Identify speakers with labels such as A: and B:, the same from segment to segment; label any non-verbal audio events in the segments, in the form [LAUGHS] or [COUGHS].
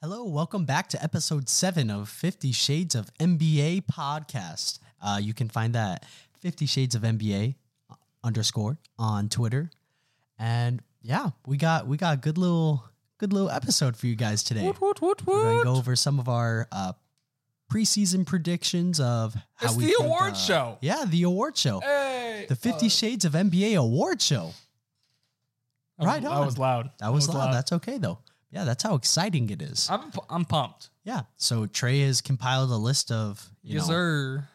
A: Hello, welcome back to episode seven of Fifty Shades of MBA podcast. Uh, you can find that Fifty Shades of MBA underscore on Twitter, and yeah, we got we got a good little good little episode for you guys today. We're gonna go over some of our uh, preseason predictions of how
B: It's
A: we
B: the
A: think,
B: award
A: uh,
B: show. Uh,
A: Yeah, the award show,
B: Hey,
A: the Fifty Shades of MBA award show.
B: That was-
A: right
B: That
A: on.
B: was loud.
A: That was, loud. That's okay though. Yeah, that's how exciting it is.
B: I'm pu- I'm pumped.
A: Yeah. So Trey has compiled a list of you
B: yes,
A: know
B: sir.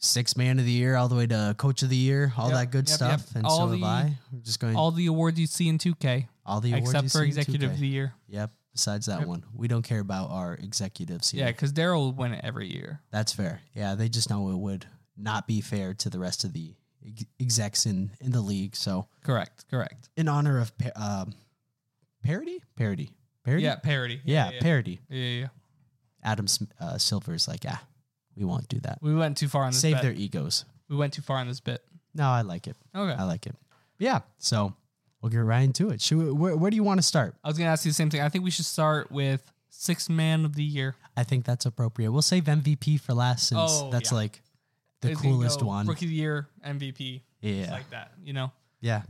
A: six man of the year all the way to coach of the year, all
B: Yep,
A: that good
B: yep,
A: stuff.
B: yep.
A: And
B: All
A: so have
B: the-
A: I. We're just going all,
B: All the awards you see in 2K,
A: the awards you
B: except
A: see
B: for
A: in
B: Executive
A: 2K.
B: of the Year.
A: Yep. Besides that one, we don't care about our executives here.
B: Yeah, because Daryl will win it every year.
A: That's fair. Yeah, they just know it would not be fair to the rest of the ex- execs in in the league. So
B: Correct. Correct.
A: in honor of pa- um, parody, parody, parody.
B: Yeah, parody.
A: Yeah,
B: Yeah.
A: parody.
B: yeah, yeah, yeah.
A: Adam Sm- uh, Silver's like, yeah, we won't do that.
B: We went too far on this
A: Save
B: bet.
A: their egos.
B: we went too far on this bit.
A: No, I like it.
B: Okay.
A: I like it. Yeah. So we'll get right into it. Should we, where, where do you want to start?
B: I was gonna ask you the same thing. I think we should start with six man of the year.
A: I think that's appropriate. We'll save MVP for last since
B: Oh,
A: that's
B: yeah.
A: like the
B: It's gonna
A: coolest
B: go
A: one.
B: Rookie of the year, MVP,
A: yeah.
B: like that. You know.
A: yeah.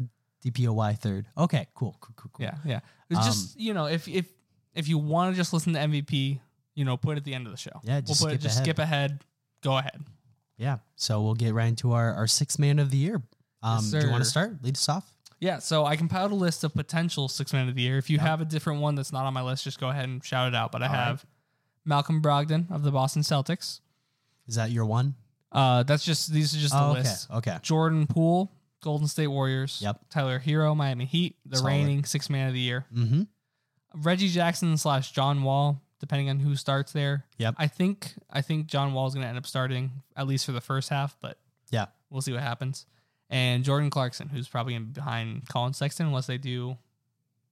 A: DPOY third. Okay. Cool. Cool. Cool. cool.
B: Yeah, yeah. It's just
A: Um,
B: you know, if if if you want to just listen to MVP, you know, put it at the end of the show.
A: Yeah, just
B: we'll
A: skip
B: put it, just
A: ahead.
B: skip ahead. Go ahead.
A: Yeah. So we'll get right into our, our sixth man of the year. Um,
B: Yes,
A: do you want to
B: sir.
A: start? Lead us off.
B: Yeah, so I compiled a list of potential six men of the year. If you have a different one that's not on my list, just go ahead and shout it out. But I
A: Uh-huh. All right.
B: have Malcolm Brogdon of the Boston Celtics.
A: Is that your one?
B: Uh, that's just these are just the
A: Oh, okay.
B: list.
A: Okay.
B: Jordan Poole, Golden State Warriors.
A: Yep.
B: Tyler Hero, Miami Heat, the
A: Solid.
B: reigning six man of the year.
A: Mm-hmm.
B: Reggie Jackson slash John Wall, depending on who starts there.
A: Yep.
B: I think I think John Wall's going to end up starting at least for the first half, but
A: Yeah.
B: we'll see what happens. And Jordan Clarkson, who's probably in behind Colin Sexton, unless they do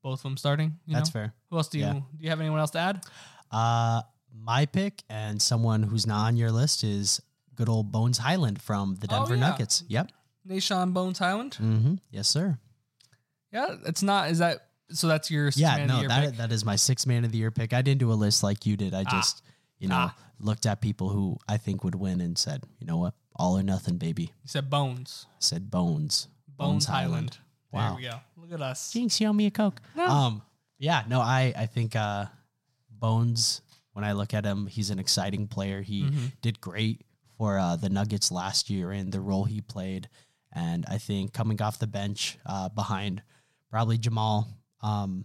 B: both of them starting. You
A: That's
B: know?
A: fair.
B: Who else do you
A: Yeah.
B: do? You have anyone else to add?
A: Uh, my pick and someone who's not on your list is good old Bones Highland from the
B: Oh,
A: Denver
B: yeah.
A: Nuggets. Yep.
B: Nashawn Bones Highland.
A: Mm-hmm. Yes, sir.
B: Yeah, it's not. Is that so? That's your six
A: yeah,
B: man of the
A: no,
B: year
A: that
B: pick?
A: that is my six man of the year pick. I didn't do a list like you did. I
B: Ah.
A: just, you know,
B: Ah.
A: looked at people who I think would win and said, you know what, all or nothing, baby.
B: you said Bones.
A: Said Bones.
B: Bones, Highland.
A: Wow.
B: There we go. Look at us.
A: Jinx, you owe me a coke.
B: No.
A: Um, yeah, no, I I think uh, Bones. When I look at him, he's an exciting player. He did great for uh, the Nuggets last year in the role he played, and I think coming off the bench uh, behind probably Jamal um,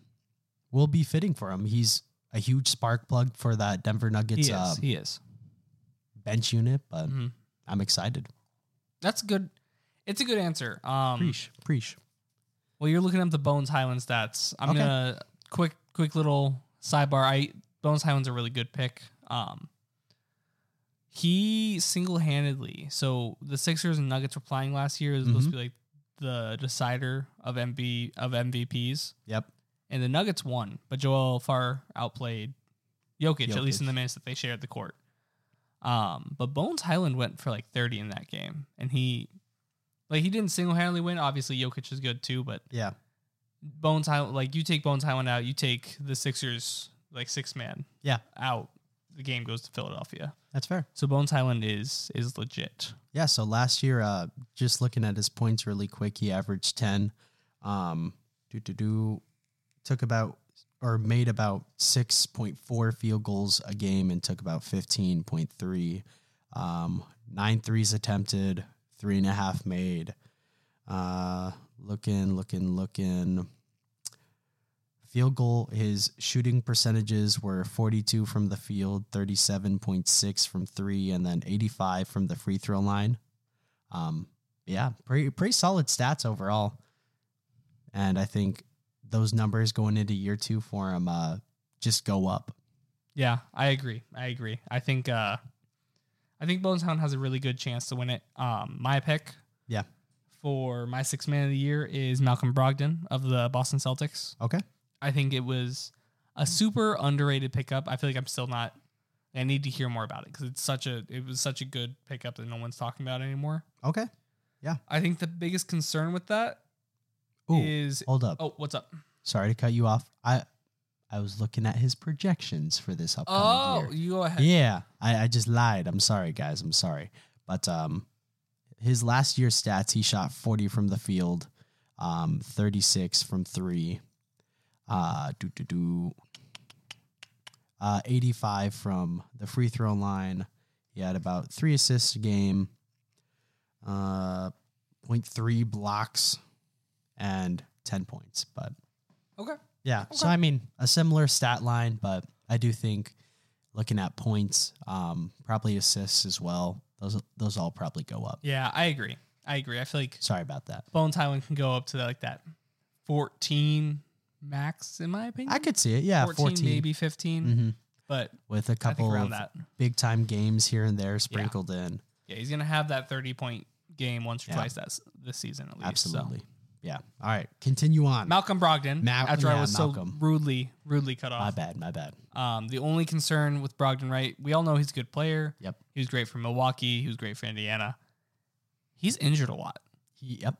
A: will be fitting for him. He's a huge spark plug for that Denver
B: He
A: Nuggets
B: is.
A: uh,
B: he is.
A: bench unit. But
B: Mhm.
A: I'm excited.
B: That's good. It's a good answer. Um,
A: Preach, preach.
B: Well, you're looking up the Bones Highland stats. I'm
A: Okay.
B: gonna quick quick little sidebar. I Bones Highland's a really good pick. Um, he single handedly. So the Sixers and Nuggets were playing last year. It was supposed to be
A: Mm-hmm.
B: like the decider of MB of MVPs,
A: Yep.
B: and the Nuggets won, but Joel Far outplayed Jokic, at least
A: Jokic.
B: in the minutes that they shared the court. Um, but Bones Highland went for like 30 in that game, and he. Like he didn't single handedly win. Obviously, Jokic is good too, but
A: Yeah.
B: Bones Highland, like you take Bones Highland out, you take the Sixers like six man
A: Yeah.
B: out, the game goes to Philadelphia.
A: That's fair.
B: So Bones Highland is is legit.
A: Yeah, so last year, uh, just looking at his points really quick, he averaged ten. Um, do do do, took about or made about six point four field goals a game and took about fifteen point three. Um, nine threes attempted, three and a half made. Uh, looking, looking, looking. Field goal, his shooting percentages were 42 from the field, 37.6 from three, and then 85 from the free throw line. Um, yeah, pretty, pretty solid stats overall. And I think those numbers going into year two for him uh, just go up.
B: Yeah, I agree. I agree. I think uh I think Bones Highland has a really good chance to win it. Um my pick
A: Yeah.
B: for my sixth man of the year is Malcolm Brogdon of the Boston Celtics.
A: Okay.
B: I think it was a super underrated pickup. I feel like I'm still not. I need to hear more about it because it's such a. It was such a good pickup that no one's talking about anymore.
A: Okay.
B: I think the biggest concern with that is
A: Ooh, hold up.
B: oh, what's up?
A: Sorry to cut you off. I I was looking at his projections for this upcoming
B: Oh,
A: year.
B: you go ahead.
A: Yeah, I, I just lied. I'm sorry, guys. I'm sorry. But um, his last year stats, he shot 40 from the field, um, 36 from three, uh, do do do, uh, 85 from the free throw line. He had about three assists a game, uh, 0.3 blocks, and 10 points. But
B: Okay.
A: yeah. So I mean, a similar stat line, but I do think looking at points, um, probably assists as well. Those those all probably go up.
B: Yeah, I agree. I agree. I feel like
A: Sorry about that.
B: Bone Tywin can go up to like that 14 max, in my opinion.
A: I could see it. Yeah,
B: 14,
A: fourteen,
B: maybe 15.
A: hmm
B: But
A: with a
B: I
A: couple
B: think around
A: of
B: that.
A: big time games here and there sprinkled in.
B: Yeah, he's going to have that 30 point game once or
A: Yeah.
B: twice that, s- this season at least. so.
A: Absolutely. Yeah. All right. Continue on.
B: Malcolm Brogdon,
A: Mal-
B: after I
A: yeah,
B: was so
A: Malcolm.
B: rudely, rudely cut
A: my
B: off.
A: bad. My bad.
B: Um, the only concern with Brogdon, right? We all know he's a good player.
A: Yep.
B: He was great for Milwaukee. He was great for Indiana. He's injured a lot.
A: Yep.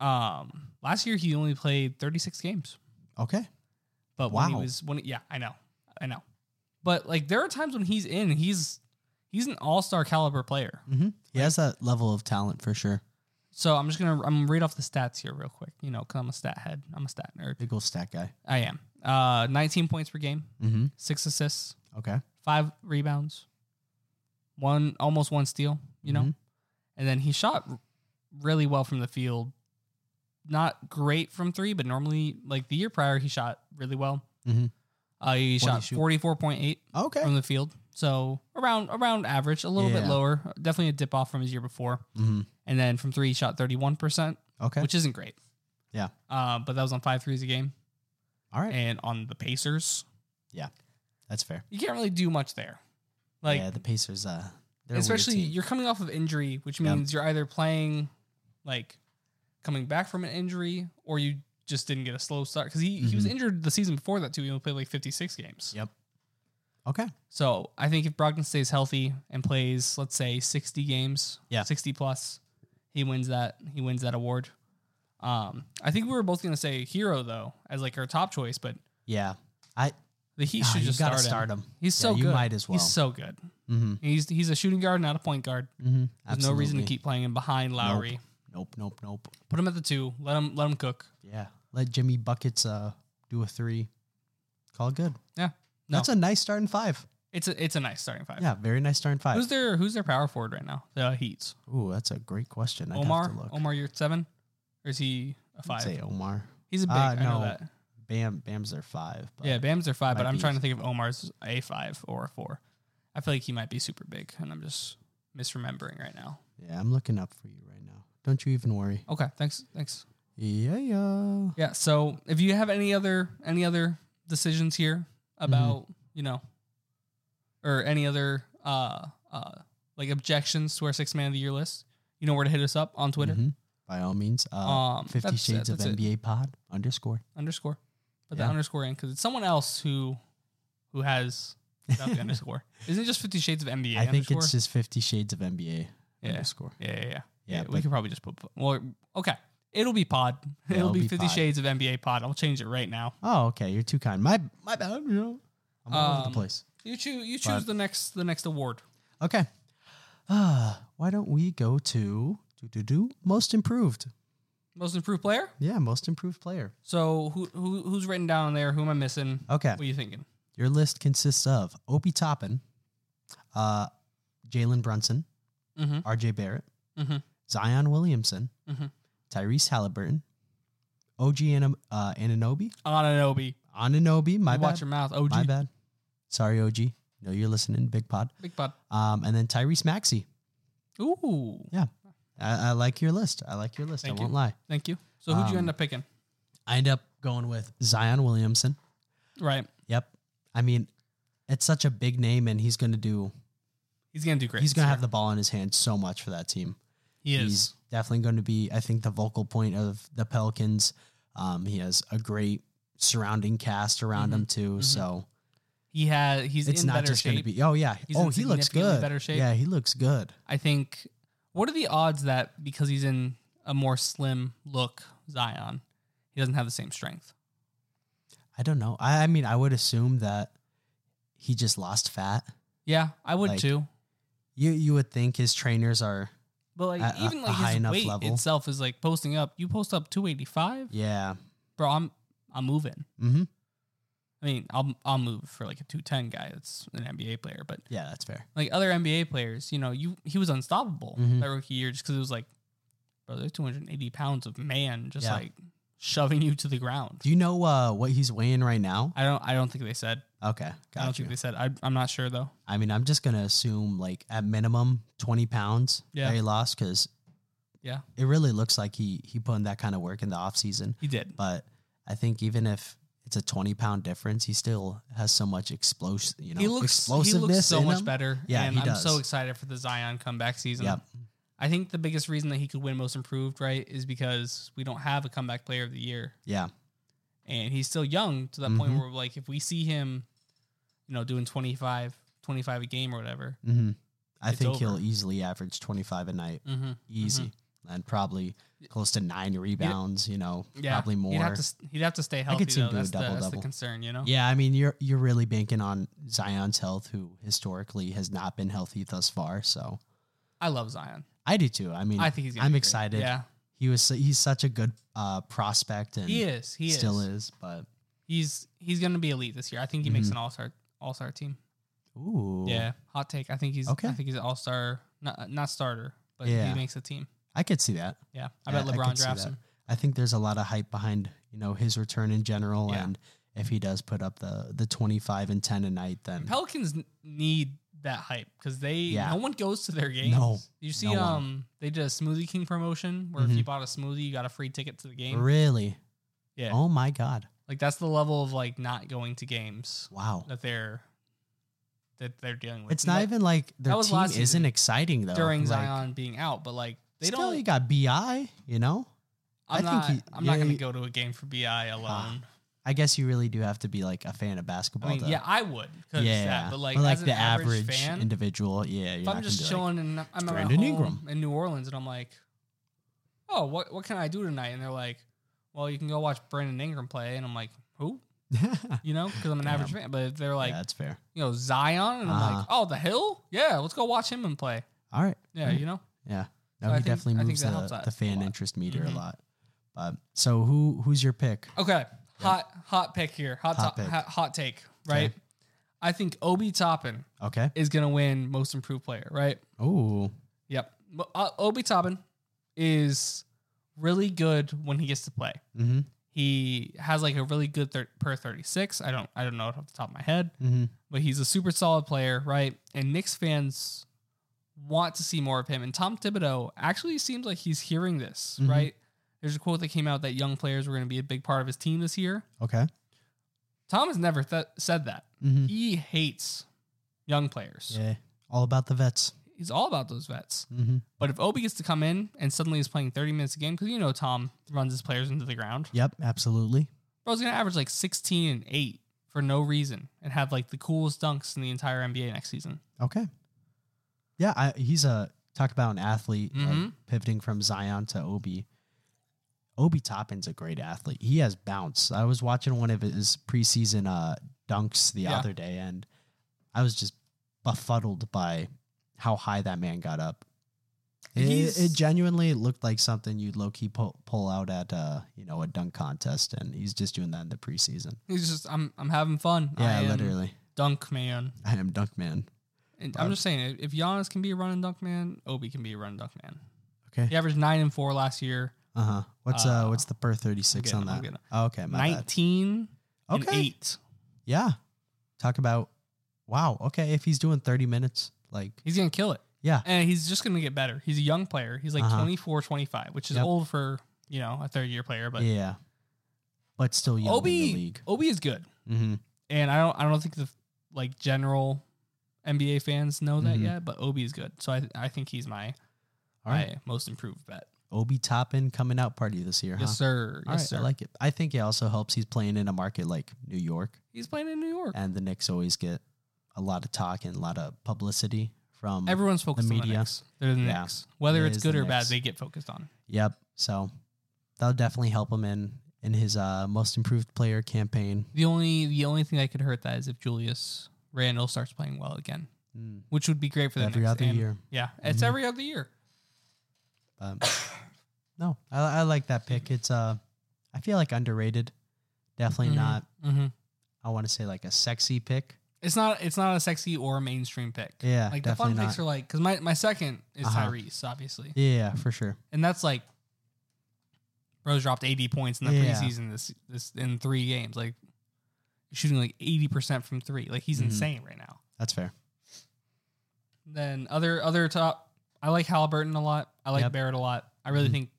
B: Um, last year he only played 36 games,
A: Okay.
B: but when he
A: Wow.
B: was when yeah, I know, I know, but like there are times when he's in, he's he's an all star caliber player.
A: hmm He has that level of talent for sure.
B: So I'm just gonna I'm gonna read off the stats here real quick. You know, cause I'm a stat head. I'm a stat nerd.
A: Big old stat guy.
B: I am. Uh, 19 points per game,
A: hmm
B: six assists,
A: Okay.
B: five rebounds, one almost one steal, you know?
A: Mhm.
B: And then he shot r- really well from the field. Not great from three, but normally, like the year prior, he shot really well.
A: Mhm.
B: Uh, he
A: did he
B: shot
A: shoot?
B: 44.8
A: Okay.
B: from the field. So around around average, a little bit
A: Yeah.
B: lower. Definitely a dip off from his year before.
A: hmm
B: And then from three, he shot 31%,
A: Okay.
B: which isn't great.
A: Yeah.
B: Uh, but that was on five threes a game.
A: All right.
B: And on the Pacers,
A: That's fair.
B: you can't really do much there. Like,
A: yeah, the Pacers. Uh, they're a weird
B: especially
A: team.
B: you're coming off of injury, which
A: Yep.
B: means you're either playing like coming back from an injury or you just didn't get a slow start because he, he was
A: Mhm.
B: injured the season before that too. He only played like 56 games.
A: Yep. Okay.
B: So I think if Brogdon stays healthy and plays, let's say 60 games,
A: Yeah.
B: 60 plus, he wins that he wins that award. Um, I think we were both gonna say hero though as like our top choice, but
A: Yeah. I
B: the Heat
A: Ah,
B: should
A: you
B: just
A: gotta
B: start,
A: start
B: him.
A: him.
B: He's
A: Yeah,
B: so
A: you
B: good.
A: might as well.
B: He's so good.
A: mm-hmm,
B: He's he's a shooting guard, not a point guard.
A: mm-hmm,
B: There's no reason to keep playing him behind Lowry.
A: Nope, nope, nope.
B: Put him at the two. Let him let him cook.
A: Yeah. Let Jimmy Buckets uh do a three. Call it good.
B: Yeah. No.
A: That's a nice starting five.
B: It's a it's a nice starting five.
A: Yeah, very nice starting five.
B: Who's their who's their power forward right now? The Heat's
A: Ooh, that's a great question. I'd
B: Omar.
A: have to look.
B: Omar, you're at seven, or is he a
A: I'd say
B: five?
A: Omar.
B: He's a big.
A: Uh,
B: I know
A: no,
B: that.
A: Bam Bam's their five. But
B: Yeah, Bam's their five, but
A: might
B: I'm
A: be-
B: trying to think of Omar's a five or a four. I feel like he might be super big, and I'm just misremembering right now.
A: yeah, I'm looking up for you right now. Don't you even worry.
B: Okay, thanks, thanks.
A: Yeah, yeah.
B: Yeah. So if you have any other any other decisions here about you know, or any other uh uh like objections to our six man of the year list, you know where to hit us up on Twitter.
A: Mhm. By all means. Uh,
B: Um,
A: Fifty
B: that's it,
A: Shades of
B: that's it.
A: NBA Pod underscore.
B: Underscore. Put that
A: Yeah.
B: underscore in because it's someone else who who has without [LAUGHS] the underscore. Isn't it just Fifty Shades of NBA?
A: I think
B: underscore?
A: it's just Fifty Shades of NBA
B: Yeah.
A: underscore.
B: Yeah, yeah, yeah.
A: Yeah,
B: Yeah, we
A: but-
B: could probably just put. Well, okay, it'll be pod.
A: Yeah,
B: it'll,
A: it'll
B: be,
A: be
B: Fifty
A: pod.
B: Shades of NBA pod. I'll change it right now.
A: Oh, okay. You're too kind. My my bad. You know, I'm all over
B: Um,
A: the place.
B: You choose. You choose
A: Pod.
B: the next the next award.
A: Okay. Uh, why don't we go to do do do most improved?
B: Most improved player.
A: Yeah, most improved player.
B: So who, who who's written down there? Who am I missing?
A: Okay.
B: What are you thinking?
A: Your list consists of Opie Toppin, uh, Jalen Brunson,
B: Mm-hmm.
A: R.J. Barrett,
B: Mhm.
A: Zion Williamson,
B: Mhm.
A: Tyrese Halliburton, OG Anam- uh, Ananobi,
B: Ananobi.
A: Ananobi. My
B: You Watch
A: bad.
B: your mouth. OG.
A: My bad. Sorry, OG. No, you're listening. Big pod.
B: Big pod.
A: Um, and then Tyrese Maxey.
B: Ooh.
A: I, I like your list. I like your list.
B: Thank
A: I
B: you.
A: won't lie.
B: Thank you. So who'd you
A: Um,
B: end up picking?
A: I end up going with Zion Williamson.
B: Right.
A: Yep. I mean, it's such a big name, and he's going to do.
B: He's gonna do great.
A: He's going to
B: this
A: have
B: year.
A: the ball in his hand so much for that team.
B: He is.
A: He's definitely going to be, I think, the vocal point of the Pelicans. Um, he has a great surrounding cast around him too. So
B: he has. Mm-hmm. He's
A: it's
B: in
A: not
B: better
A: just going to
B: shape.
A: be. Oh yeah.
B: He's
A: oh,
B: in
A: he looks
B: significantly
A: good.
B: better shape.
A: Yeah, he looks good.
B: I think. What are the odds that because he's in a more slim look, Zion, he doesn't have the same strength?
A: I don't know. I, I mean, I would assume that he just lost fat.
B: Yeah, I would
A: Like,
B: too.
A: You you would think his trainers are
B: But like
A: at a-
B: even
A: a
B: like
A: high
B: his
A: enough
B: weight
A: level.
B: itself is like posting up. You post up 285,
A: yeah.
B: bro. I'm I'm moving.
A: Mm-hmm.
B: I mean, I'll I'll move for like a 210 guy that's an NBA player, but
A: Yeah, that's fair.
B: like other NBA players, you know, you he was unstoppable
A: Mhm.
B: that rookie year just because it was like, bro, there's 280 pounds of man just
A: Yeah.
B: like shoving you to the ground.
A: Do you know uh, what he's weighing right now?
B: I don't I don't think they said.
A: Okay,
B: I don't
A: got you.
B: think they said. I, I'm not sure though.
A: I mean, I'm just gonna assume like at minimum 20 pounds
B: Yeah.
A: that he lost because
B: Yeah.
A: it really looks like he he put in that kind of work in the off season.
B: He did.
A: But I think even if it's a 20 pound difference, he still has so much explos you know
B: he looks he
A: explosiveness
B: looks so
A: in
B: much
A: him.
B: better.
A: Yeah,
B: and
A: he
B: I'm
A: does.
B: so excited for the Zion comeback season.
A: Yep.
B: I think the biggest reason that he could win most improved, right, is because we don't have a comeback player of the year.
A: Yeah,
B: And he's still young to that
A: Mm-hmm.
B: point where like if we see him, you know, doing 25, 25 a game or whatever.
A: hmm I
B: It's
A: think he'll
B: over.
A: easily average 25 a night,
B: Mm-hmm.
A: easy, and probably close to nine rebounds. You know, probably more.
B: He'd have to, s- he'd have to stay healthy.
A: could see him
B: though.
A: do a
B: That's, the, that's the
A: double-double.
B: concern, you know?
A: Yeah, I mean you're you're really banking on Zion's health, who historically has not been healthy thus far. So
B: I love Zion.
A: I do too. I mean,
B: I think he's gonna
A: I'm
B: be great.
A: excited.
B: Yeah.
A: he was su- he's such a good uh, prospect, and
B: He is. He
A: still
B: is.
A: is. But
B: He's he's gonna be elite this year. I think he
A: Mm-hmm.
B: makes an all star all star team.
A: ooh,
B: Yeah. Hot take. I think he's
A: Okay.
B: I think he's an all star not not starter, but
A: Yeah.
B: he makes a team.
A: I could see that.
B: Yeah. I
A: Yeah,
B: bet
A: I
B: LeBron
A: could see
B: drafts
A: that.
B: him.
A: I think there's a lot of hype behind you know his return in general,
B: Yeah.
A: and if he does put up the the 25 and 10 a night, then
B: Pelicans n- need that hype because they
A: Yeah.
B: no one goes to their games.
A: No.
B: You see,
A: No one. Mm-hmm.
B: um, they did a Smoothie King promotion where if you bought a smoothie, you got a free ticket to the game.
A: really,
B: Yeah,
A: oh my god,
B: like that's the level of like not going to games
A: wow.
B: that they're that they're dealing with.
A: It's
B: And
A: not
B: that-
A: even like their
B: that was
A: team
B: last
A: isn't
B: season.
A: exciting though.
B: during
A: like,
B: Zion being out, but like they
A: still,
B: don't.
A: you got Bi, you know. I
B: I'm
A: think
B: not.
A: he-
B: I'm
A: yeah,
B: not going to
A: he-
B: go to a game for Bi alone.
A: I guess you really do have to be like a fan of
B: I
A: basketball.
B: mean,
A: to,
B: yeah, I would. 'cause
A: yeah,
B: that, but like, as an
A: the
B: average,
A: average,
B: fan,
A: individual, yeah, you're
B: if
A: not
B: I'm just
A: gonna be
B: chilling and I'm at my
A: Brandon
B: home
A: Ingram.
B: in New Orleans and I'm like, oh, what what can I do tonight? And they're like, well, you can go watch Brandon Ingram play, and I'm like, who?
A: [LAUGHS] Like,
B: You know, because I'm an average fan. But if they're like,
A: yeah, that's fair.
B: you know, Zion, and I'm like,
A: Uh-huh. Hmm.
B: oh, the Hill, yeah, let's go watch him and play.
A: All right,
B: Yeah, you know,
A: yeah. No,
B: So I
A: he
B: think- I
A: definitely
B: think
A: moves
B: that helps
A: the,
B: out
A: the
B: a
A: fan
B: lot.
A: interest meter
B: Mhm.
A: a lot. But so who who's your pick?
B: okay, hot hot pick here, hot
A: Hot
B: to-
A: pick.
B: hot, hot take, right?
A: Okay.
B: I think Obi Toppin
A: Okay.
B: is gonna win Most Improved Player, right?
A: Oh,
B: Yep, Mo- uh, Obi Toppin is really good when he gets to play.
A: mm-hmm.
B: He has like a really good thir- per 36. I don't I don't know it off the top of my head,
A: Mm-hmm.
B: but he's a super solid player, right? And Knicks fans want to see more of him. And Tom Thibodeau actually seems like he's hearing this,
A: Mhm.
B: right? There's a quote that came out that young players were going to be a big part of his team this year.
A: Okay.
B: Tom has never th- said that.
A: Mm-hmm.
B: He hates young players.
A: Yeah. All about the vets.
B: He's all about those vets.
A: Mm-hmm.
B: But if Obi gets to come in and suddenly is playing 30 minutes a game, because you know Tom runs his players into the ground.
A: Yep. Absolutely.
B: Bro's gonna average like 16 and 8 for no reason and have like the coolest dunks in the entire NBA next season.
A: Okay. Yeah, I, he's a talk about an athlete like,
B: Mhm.
A: pivoting from Zion to Obi. Obi Toppin's a great athlete. He has bounce. I was watching one of his preseason uh, dunks the
B: Yeah.
A: other day, and I was just befuddled by how high that man got up. It,
B: He's-
A: it genuinely looked like something you'd low key pull, pull out at uh, you know a dunk contest, and he's just doing that in the preseason.
B: He's just I'm I'm having fun. I
A: Yeah,
B: am
A: literally.
B: Dunk man.
A: I am dunk man.
B: And I'm just saying if Giannis can be a run and dunk man, Obi can be a run and dunk man.
A: Okay.
B: He averaged 9 and 4 last year.
A: Uh huh. What's uh,
B: Uh,
A: what's the per thirty six
B: I'm
A: on
B: getting- I'm
A: that?
B: getting-
A: Oh, okay, my bad.
B: 19 and
A: Okay.
B: 8.
A: Yeah, talk about wow. Okay, if he's doing thirty minutes, like
B: He's going to kill it.
A: yeah,
B: And he's just going to get better. He's a young player. He's like
A: Uh-huh.
B: twenty four, twenty five, 24, 25, which is
A: Yep.
B: old for, you know, a third year player, but
A: yeah, but still young in the
B: Obi
A: league.
B: Obi is good.
A: Mm-hmm.
B: and I don't I don't think the like general NBA fans know that
A: Mhm.
B: yet, but Obi is good, so I I think he's my
A: All right,
B: my most improved bet.
A: Obi Toppin coming out party this year, huh?
B: Yes sir,
A: All
B: yes
A: right,
B: sir.
A: I like it. I think it also helps. He's playing in a market like New York,
B: he's playing in New York.
A: and the Knicks always get a lot of talk and a lot of publicity from.
B: Everyone's focused on the
A: media.
B: Knicks. They're the
A: Yeah.
B: Knicks. Whether
A: It
B: it's
A: is
B: good
A: the
B: or bad,
A: Knicks.
B: they get focused on.
A: yep, so that'll definitely help him in in his uh, most improved player campaign.
B: The only the only thing that could hurt that is if Julius Randall starts playing well again,
A: Mm.
B: which would be great for the
A: Every
B: next
A: other
B: and-
A: year.
B: Yeah, it's
A: Mhm.
B: every other year.
A: Um,
B: [COUGHS]
A: no, I, I like that pick. It's uh, I feel like underrated. Definitely
B: Mhm.
A: not.
B: Mm-hmm.
A: I want to say like a sexy pick.
B: It's not it's not a sexy or a mainstream pick.
A: Yeah,
B: like the fun
A: definitely
B: picks
A: not.
B: are like because my my second is
A: Uh-huh.
B: Tyrese, obviously,
A: Yeah, for sure.
B: and that's like. Rose dropped 80 points in the
A: Yeah.
B: preseason this this in three games. Like shooting like 80% from three. Like he's
A: Mhm.
B: insane right now.
A: That's fair.
B: Then other other top. I like Halliburton a lot. I like
A: Yep.
B: Barrett a lot. I really
A: Mhm.
B: think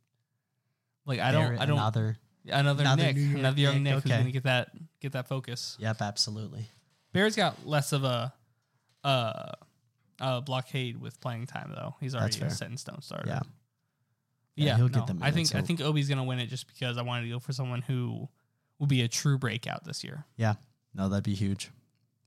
B: like I don't
A: Barrett,
B: I don't
A: Another.
B: another,
A: another
B: Nick
A: New York
B: another young
A: Nick,
B: Nick who's
A: okay.
B: gonna get that get that focus.
A: Yep, absolutely.
B: Barrett's got less of a uh uh blockade with playing time though. He's already
A: That's
B: a
A: fair.
B: set in stone starter.
A: Yeah.
B: Yeah,
A: Yeah, he'll
B: no.
A: get the
B: I think
A: minutes,
B: I
A: he'll-
B: think Obi's gonna win it just because I wanted to go for someone who will be a true breakout this year.
A: No, that'd be huge.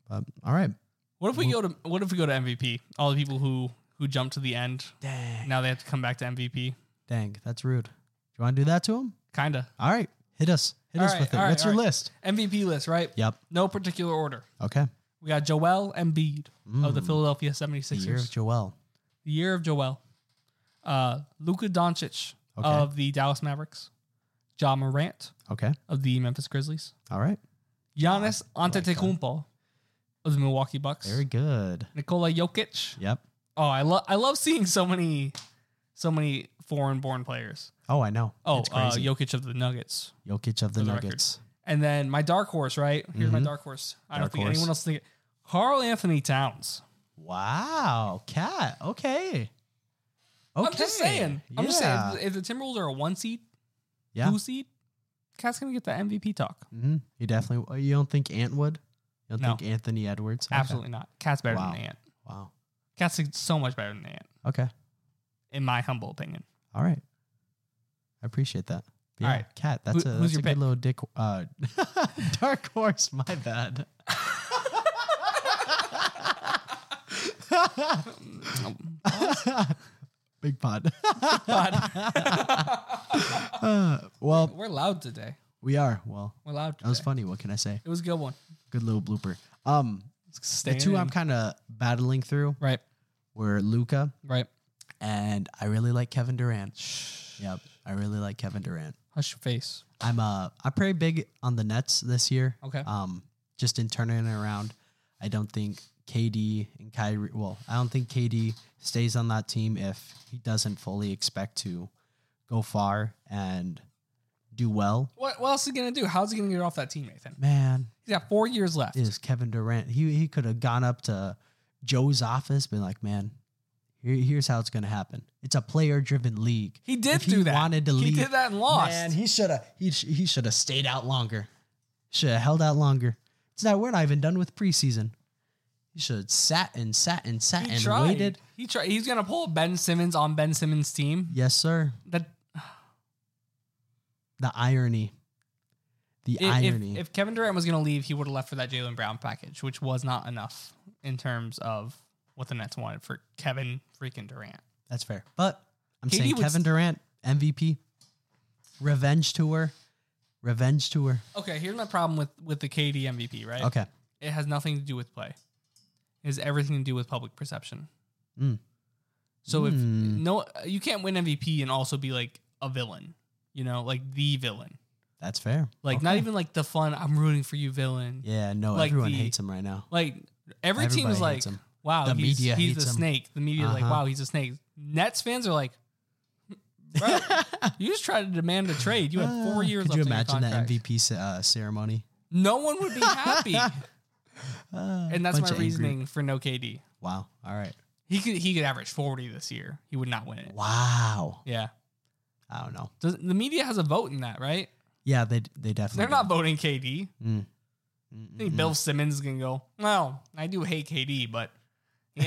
A: But all right.
B: What if we
A: Well-
B: go to what if we go to MVP? All the people who who jumped to the end
A: Dang.
B: now they have to come back to MVP.
A: Dang, that's rude. Do you want to do that to him?
B: Kinda.
A: All right. Hit us. Hit
B: All
A: us
B: right,
A: with it.
B: all right,
A: What's your
B: all right.
A: list?
B: MVP list, right?
A: Yep.
B: No particular order.
A: Okay.
B: We got Joel Embiid of the
A: Mm,
B: Philadelphia
A: the year of
B: 76ers.
A: Joel.
B: The year of Joel. Uh, Luka Doncic
A: Okay.
B: of the Dallas Mavericks. John Morant
A: Okay.
B: of the Memphis Grizzlies.
A: All right.
B: Giannis
A: I like that.
B: Antetokounmpo of the Milwaukee Bucks.
A: Very good.
B: Nikola Jokic.
A: Yep.
B: Oh, I love I love seeing so many so many foreign-born players.
A: Oh, I know.
B: Oh,
A: it's
B: uh,
A: crazy.
B: Jokic of the Nuggets.
A: Jokic of the
B: for the record.
A: Nuggets.
B: And then my dark horse, right? Here's my
A: Mhm.
B: Mm-hmm. dark horse. I don't
A: Dark
B: think
A: horse.
B: anyone else think it. Carl Anthony Towns.
A: Wow, cat. Okay. Okay.
B: I'm just saying. I'm just
A: Yeah.
B: saying. If, if the Timberwolves are a one seed,
A: Yeah.
B: two seed, Cat's gonna get the MVP talk.
A: Mhm. You definitely. You don't think Ant would? You don't
B: No.
A: think Anthony Edwards? Okay.
B: Absolutely not. Cat's better
A: Wow.
B: than Ant.
A: Wow.
B: Cat's so much better than Ant,
A: Okay.
B: in my humble [LAUGHS] opinion.
A: All right. I appreciate that. But
B: All
A: yeah,
B: right.
A: cat. That's
B: Who-
A: a that's
B: who's your
A: a
B: pick?
A: good little dick. Uh, [LAUGHS] dark horse. My
B: [LAUGHS]
A: bad. [LAUGHS] Big pod. Uh, [LAUGHS] well,
B: We're [LAUGHS] loud today.
A: we are. Well,
B: We're loud. Today.
A: that was funny. What can I say?
B: It was a good one.
A: Good little blooper. Um, the
B: Staying
A: two
B: in.
A: I'm kind of battling through
B: right,
A: were Luca
B: right.
A: and I really like Kevin Durant. Yep, I really like Kevin Durant.
B: Hush your face.
A: I'm uh I pray big on the Nets this year.
B: Okay.
A: Um, just in turning it around. I don't think KD and Kyrie. Well, I don't think KD stays on that team if he doesn't fully expect to go far and do well.
B: What, what else is he gonna do? How's he gonna get off that team, Nathan?
A: Man,
B: He's got four years left.
A: is Kevin Durant. He he could have gone up to Joe's office, been like, man, here, here's how it's gonna happen. It's a player driven league.
B: He did
A: If
B: do that.
A: Wanted to
B: he
A: leave.
B: did that and lost.
A: Man, he should have. He sh- he should have stayed out longer. Should have held out longer. It's not. We're not even done with preseason. He should have sat and sat and sat
B: He
A: and
B: tried.
A: waited.
B: He tried. He's gonna pull Ben Simmons on Ben Simmons' team.
A: Yes, sir.
B: That
A: The irony. The
B: i- if,
A: irony.
B: if Kevin Durant was gonna leave, he would have left for that Jalen Brown package, which was not enough in terms of what the Nets wanted for Kevin freaking Durant.
A: That's fair. But I'm
B: KD
A: saying
B: would
A: Kevin
B: st-
A: Durant MVP. Revenge tour. Revenge tour.
B: Okay, here's my problem with with the KD MVP. Right,
A: Okay.
B: it has nothing to do with play. It has everything to do with public perception.
A: Mm.
B: So if
A: Mm.
B: no, you can't win MVP and also be like a villain. You know, like the villain.
A: That's fair.
B: Like not even like the fun. I'm rooting for you, villain.
A: Yeah, no,
B: like
A: everyone
B: the-
A: hates him right now.
B: Like every team
A: Everybody
B: is like,
A: hates him.
B: wow,
A: The
B: he's,
A: media
B: he's
A: hates
B: a
A: him.
B: snake. The media like,
A: Uh-huh.
B: wow, he's a snake. Nets fans are like,
A: [LAUGHS]
B: bro, you just tried to demand a trade. [LAUGHS] You have four
A: Ah,
B: years
A: Could
B: left.
A: you
B: on your
A: imagine that
B: contract.
A: MVP ce- uh, ceremony?
B: No one would
A: [LAUGHS]
B: be happy,
A: Ah,
B: and that's
A: bunch
B: my
A: of angry-
B: reasoning for no KD.
A: Wow. All right.
B: He could he could average forty this year. He would not win it.
A: Wow.
B: Yeah,
A: I don't know.
B: Does, the media has a vote in that, right?
A: Yeah, they they definitely.
B: They're not voting KD.
A: Mm.
B: I think
A: Mm-mm-mm.
B: Bill Simmons is gonna go. Well, I do hate KD, but he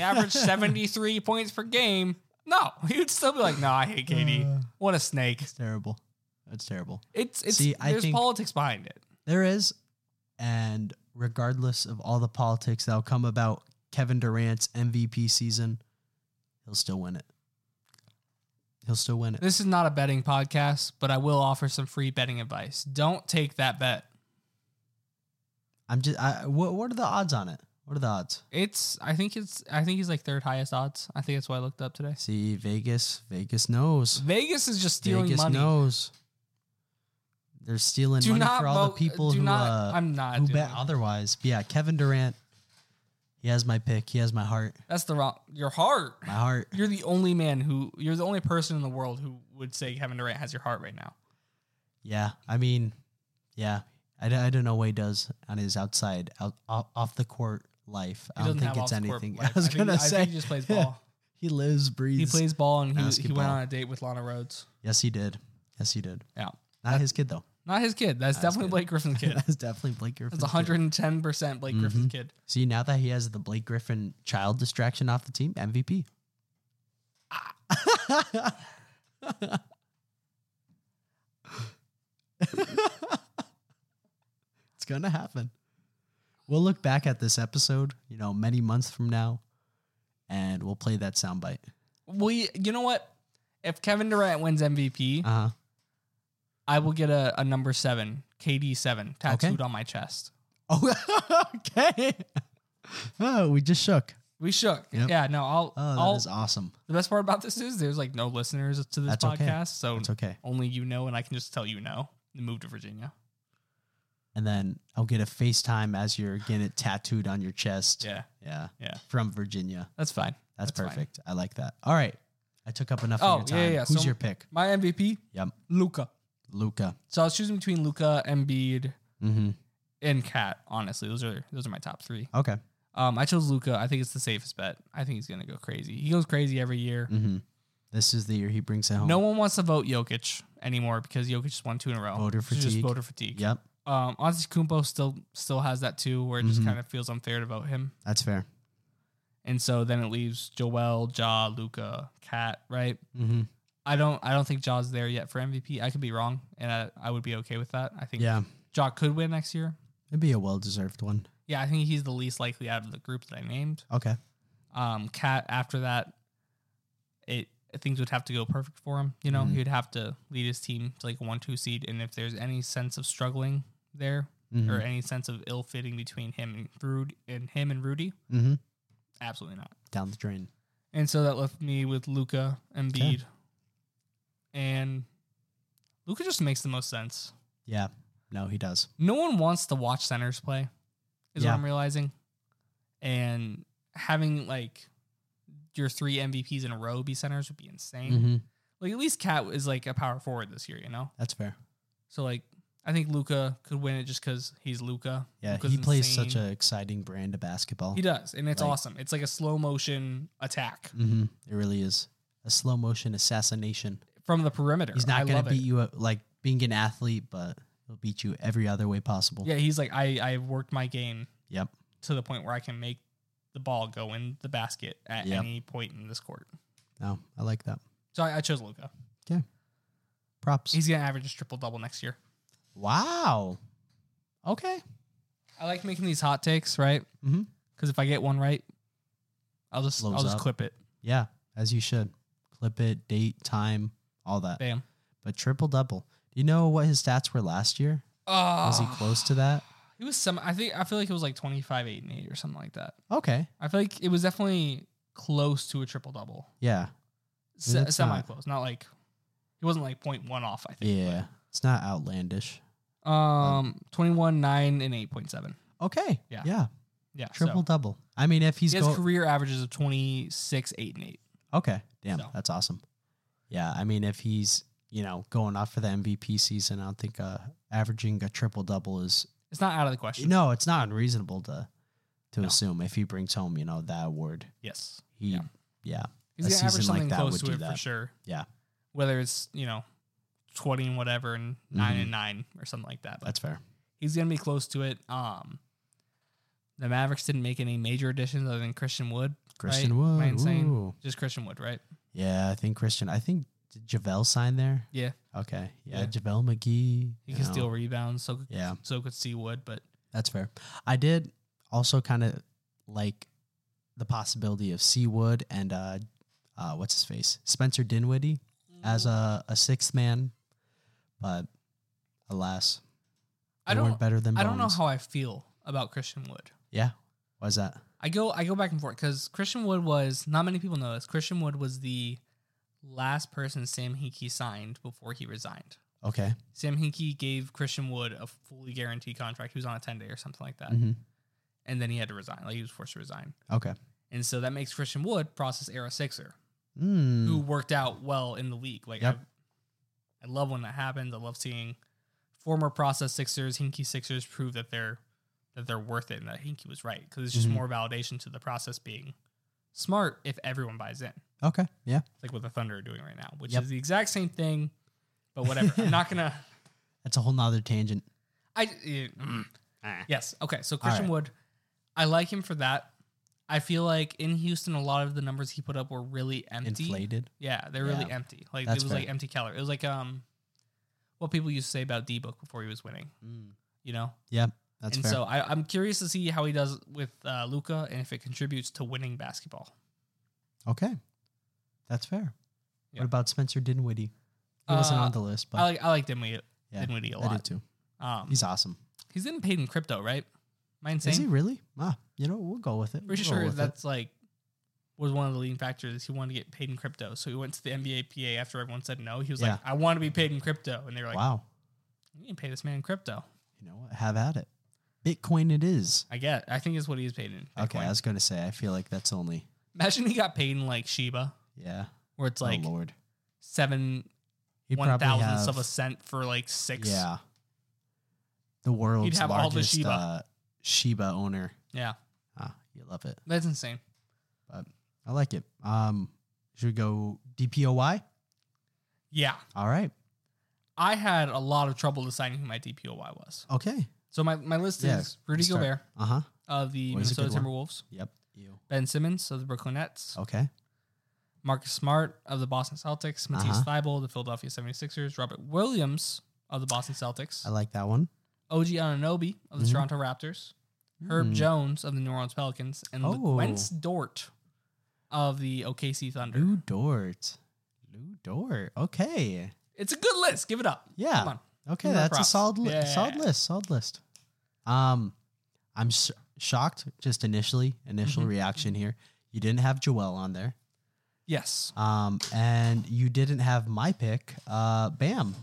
A: [LAUGHS]
B: averaged seventy three points per game. No, [LAUGHS] he would still be like, no, I hate KD.
A: Uh.
B: what a snake!
A: It's terrible. That's terrible.
B: It's it's
A: See, I
B: there's
A: think-
B: politics behind it.
A: There is, and regardless of all the politics that'll come about Kevin Durant's MVP season, he'll still win it. He'll still win it.
B: This is not a betting podcast, but I will offer some free betting advice. Don't take that bet.
A: I'm just. I, what What are the odds on it? What are the odds?
B: It's I think it's I think he's like third highest odds. I think that's what I looked up today.
A: See, Vegas. Vegas knows.
B: Vegas is just stealing
A: Vegas
B: money.
A: knows. They're stealing
B: do
A: money
B: not
A: for all
B: vote-
A: the people
B: do
A: who
B: not,
A: uh,
B: I'm not
A: who
B: doing
A: bet
B: it.
A: otherwise. But yeah, Kevin Durant. He has my pick. He has my heart.
B: That's the wrong your heart.
A: My heart.
B: You're the only man who you're the only person in the world who would say Kevin Durant has your heart right now.
A: Yeah, I mean, yeah, I, d- I don't know what he does on his outside out, off, off the court life.
B: He
A: I don't
B: doesn't
A: think
B: have
A: it's
B: off-court
A: anything.
B: life.
A: [LAUGHS] I was
B: think-
A: gonna
B: I
A: say
B: think he just plays ball.
A: [LAUGHS] he lives, breathes.
B: He plays ball and he, he
A: basketball.
B: went on a date with Lana Rhodes.
A: Yes, he did. Yes, he did.
B: Yeah.
A: Not his kid though.
B: Not his kid. That's, definitely
A: good.
B: Blake
A: [LAUGHS]
B: Griffin's kid.
A: That's definitely Blake Griffin.
B: That's 110 percent Blake Griffin's
A: Mm-hmm.
B: kid.
A: See, now that he has the Blake Griffin child distraction off the team, MVP. [LAUGHS] it's gonna happen. We'll look back at this episode, you know, many months from now, and we'll play that soundbite.
B: We, you know what? If Kevin Durant wins MVP,
A: Uh huh.
B: I will get a, a number seven, KD seven, tattooed on my chest.
A: Oh, [LAUGHS] okay. Oh, we just shook.
B: We shook.
A: Yep.
B: Yeah, no, I'll.
A: Oh, that is
B: I'll
A: awesome.
B: the best part about this is there's like no listeners to this
A: That's
B: podcast,
A: okay.
B: so
A: It's okay.
B: only you know, and I can just tell you no. and Move to Virginia.
A: And then I'll get a FaceTime as you're getting it tattooed on your chest.
B: Yeah,
A: Yeah.
B: Yeah.
A: From Virginia.
B: that's fine.
A: That's,
B: That's fine.
A: perfect. I like that. All right. I took up enough
B: Oh,
A: of
B: yeah,
A: your time.
B: yeah,
A: Who's
B: so-
A: your pick?
B: My MVP,
A: Yep.
B: Luca.
A: Luca.
B: So I was choosing between Luca, Embiid,
A: hmm
B: and Cat. Honestly, those are those are my top three.
A: Okay.
B: Um, I chose Luca. I think it's the safest bet. I think he's gonna go crazy. He goes crazy every year.
A: hmm This is the year he brings it home.
B: No one wants to vote Jokic anymore because Jokic just won two in a row.
A: Voter
B: It's Just
A: fatigue.
B: voter fatigue.
A: Yep.
B: Um, Antetokounmpo still still has that too, where it just
A: Mhm.
B: kind of feels unfair to vote him.
A: That's fair.
B: And so then it leaves Joel, Ja, Luca, Cat. Right.
A: hmm
B: I don't I don't think Ja's there yet for MVP. I could be wrong, and I, I would be okay with that. I think
A: Yeah.
B: Ja could win next year.
A: It'd be a well deserved one.
B: Yeah, I think he's the least likely out of the group that I named.
A: Okay.
B: Um, Cat after that, it things would have to go perfect for him. You know,
A: Mhm.
B: he would have to lead his team to like a one-two seed, and if there's any sense of struggling there or
A: Mm-hmm.
B: any sense of ill fitting between him and Rudy, and him and Rudy,
A: hmm
B: absolutely not.
A: Down the drain.
B: And so that left me with Luca and
A: Okay.
B: Bede, and Luca just makes the most sense.
A: Yeah. No, he does.
B: No one wants to watch centers play, is
A: Yeah.
B: what I'm realizing, and having like your three MVPs in a row be centers would be insane.
A: hmm
B: Like at least Cat is like a power forward this year, you know.
A: That's fair.
B: So like I think Luca could win it just because he's Luca.
A: Yeah. he plays such an exciting brand of basketball.
B: He does, and it's
A: like-
B: awesome. It's like a slow motion attack
A: hmm It really is. A slow motion assassination.
B: from the perimeter.
A: He's not
B: I
A: going
B: love
A: to
B: it.
A: beat you up like being an athlete, but he'll beat you every other way possible.
B: Yeah, he's like I I've worked my game
A: Yep.
B: to the point where I can make the ball go in the basket at
A: Yep.
B: any point in this court.
A: No, I like that.
B: So I, I chose Luca.
A: Props.
B: He's gonna average a triple double next year.
A: wow. Okay.
B: I like making these hot takes, right?
A: Mhm.
B: Because if I get one right, I'll just
A: Blows
B: I'll just
A: up.
B: clip it.
A: Yeah, as you should. Clip it, date, time, all that.
B: Bam.
A: But triple double. Do you know what his stats were last year?
B: Oh,
A: Was he close to that?
B: He was some. I think I feel like it was like 25, 8, and 8 or something like that.
A: Okay.
B: I feel like it was definitely close to a triple double,
A: Yeah.
B: Se-
A: that's not-
B: semi close. Not like he wasn't like point one off. I think.
A: Yeah. It's not outlandish.
B: but, um, 21, 9, and 8.7.
A: Okay.
B: Yeah.
A: Yeah.
B: Yeah.
A: Triple
B: So.
A: double. I mean, if he's
B: He has
A: go-
B: career averages of 26, 8, and 8.
A: Okay. Damn,
B: So.
A: that's awesome. Yeah, I mean, if he's you know going off for the MVP season, I don't think uh, averaging a triple double is
B: It's not out of the question.
A: no, it's not unreasonable to to
B: No.
A: assume if he brings home you know that award.
B: Yes.
A: He,
B: Yeah.
A: yeah,
B: He's
A: A
B: going to average
A: season like
B: something
A: that
B: close
A: would
B: to
A: do
B: it for
A: that.
B: sure.
A: Yeah.
B: Whether it's, you know, 20 and whatever and 9
A: Mhm.
B: and 9 or something like that. But
A: that's fair.
B: he's going to be close to it. Um, The Mavericks didn't make any major additions other than Christian Wood.
A: Christian
B: right? Am I
A: Wood,
B: insane?
A: ooh.
B: Just Christian Wood, right?
A: yeah, I think Christian. I think did Javale sign there.
B: Yeah.
A: Okay, yeah,
B: Yeah.
A: Javale McGee.
B: He
A: you
B: can
A: know.
B: steal rebounds. So,
A: Yeah,
B: so could see Wood. But
A: that's fair. I did also kind of like the possibility of Seawood and uh, uh, what's his face, Spencer Dinwiddie. as
B: Mm.
A: a, a sixth man, but alas,
B: I
A: they
B: don't.
A: weren't better than
B: I don't know
A: Bones.
B: how I feel about Christian Wood.
A: Yeah, why is that?
B: I go I go back and forth because Christian Wood was not many people know this. Christian Wood was the last person Sam Hinkie signed before he resigned.
A: Okay,
B: Sam Hinkie gave Christian Wood a fully guaranteed contract. He was on a ten day or something like that,
A: Mhm.
B: and then he had to resign. Like he was forced to resign,
A: okay.
B: and so that makes Christian Wood process era sixer,
A: Mm.
B: who worked out well in the league. Like
A: Yep.
B: I, I love when that happens. I love seeing former process sixers, Hinkie sixers prove that they're that they're worth it and that Hinkie was right because it's just
A: Mhm.
B: more validation to the process being smart if everyone buys in.
A: Okay, yeah,
B: It's like what the Thunder are doing right now, which
A: Yep.
B: is the exact same thing, but whatever. I'm
A: [LAUGHS]
B: not gonna.
A: that's a whole nother tangent.
B: I eh, mm.
A: Ah.
B: yes okay. So Christian
A: right.
B: Wood, I like him for that. I feel like in Houston, a lot of the numbers he put up were really empty.
A: Inflated.
B: Yeah, they're really
A: Yeah.
B: empty. Like
A: That's
B: it was
A: fair.
B: like empty calorie. It was like um, what people used to say about D book before he was winning.
A: Mm.
B: You know,
A: Yeah, that's
B: and
A: fair.
B: so I, I'm curious to see how he does with uh, Luca and if it contributes to winning basketball.
A: okay, that's fair.
B: Yeah.
A: What about Spencer Dinwiddie? He wasn't
B: Uh,
A: on the list, but
B: I like I like Dinwiddie,
A: Yeah,
B: Dinwiddie a
A: I did
B: lot.
A: too.
B: Um,
A: He's awesome.
B: he's getting paid in crypto, right? Am I
A: Is he
B: insane?
A: really? Ah, you know, we'll go with it.
B: Pretty
A: We'll go
B: sure
A: with it.
B: that's like was one of the leading factors. He wanted to get paid in crypto, so he went to the NBA PA after everyone said no. He was like, "I want to be paid in crypto," and they were like,
A: wow.
B: "You can pay this man in crypto."
A: You know what? Have at it. Bitcoin it is.
B: I get. I think is what he was paid in.
A: Okay,
B: Bitcoin.
A: I was going to say, I feel like that's only,
B: Imagine he got paid in like Shiba,
A: yeah.
B: where it's like
A: oh, Lord.
B: seven
A: He'd
B: one
A: probably
B: thousandths
A: have-
B: of a cent for like six.
A: Yeah. The world's
B: have all the
A: largest
B: Shiba.
A: Uh, Shiba owner.
B: Yeah.
A: Ah, you love it.
B: That's insane.
A: I like it. Um, Should we go DPOY?
B: Yeah.
A: All right.
B: I had a lot of trouble deciding who my DPOY was.
A: Okay.
B: So my, my list
A: Yeah,
B: is Rudy
A: let's start.
B: Gobert
A: Uh huh.
B: of the
A: Always a
B: Minnesota
A: good one.
B: Timberwolves,
A: Yep. You.
B: Ben Simmons of the Brooklyn Nets,
A: Okay.
B: Marcus Smart of the Boston Celtics, Matisse
A: Uh-huh.
B: Thybulle of the Philadelphia 76ers, Robert Williams of the Boston Celtics,
A: I like that one.
B: OG Ananobi of the
A: Mhm.
B: Toronto Raptors, Herb
A: Mm.
B: Jones of the New Orleans Pelicans, and oh.
A: Oh.
B: Wentz Dort of the OKC Thunder.
A: Lou Dort. Lou Dort. Okay.
B: It's a good list. Give it up.
A: Yeah.
B: Come on.
A: Okay,
B: Give 'em their
A: that's a
B: props.
A: solid li- solid
B: Yeah.
A: list. Solid list. Um, I'm sh- shocked just initially initial
B: Mhm.
A: reaction here. You didn't have Joel on there,
B: Yes.
A: um, and you didn't have my pick, uh, Bam,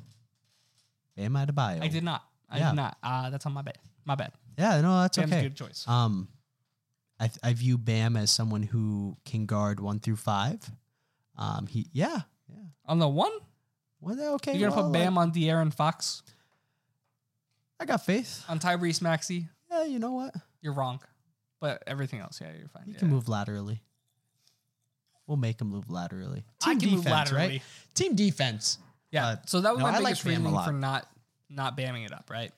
A: Bam Adebayo.
B: I did not. I
A: Yeah.
B: did not. Uh, that's on my bad. My bad.
A: Yeah, no, that's
B: Sam's
A: okay.
B: good choice.
A: Um, I th- I view Bam as someone who can guard one through five. Um, he yeah yeah.
B: on the one,
A: Well, they're okay.
B: you're gonna
A: well,
B: put
A: like,
B: Bam on De'Aaron Fox,
A: I got faith.
B: on Tyrese Maxey.
A: Yeah, you know what?
B: You're wrong, but everything else, yeah, you're fine.
A: He
B: yeah.
A: can move laterally. We'll make him move laterally.
B: I can move laterally.
A: Team defense.
B: Yeah.
A: Uh,
B: so that was
A: no,
B: my
A: I like
B: biggest
A: Bam a
B: reason
A: lot.
B: for not not bamming it up. Right?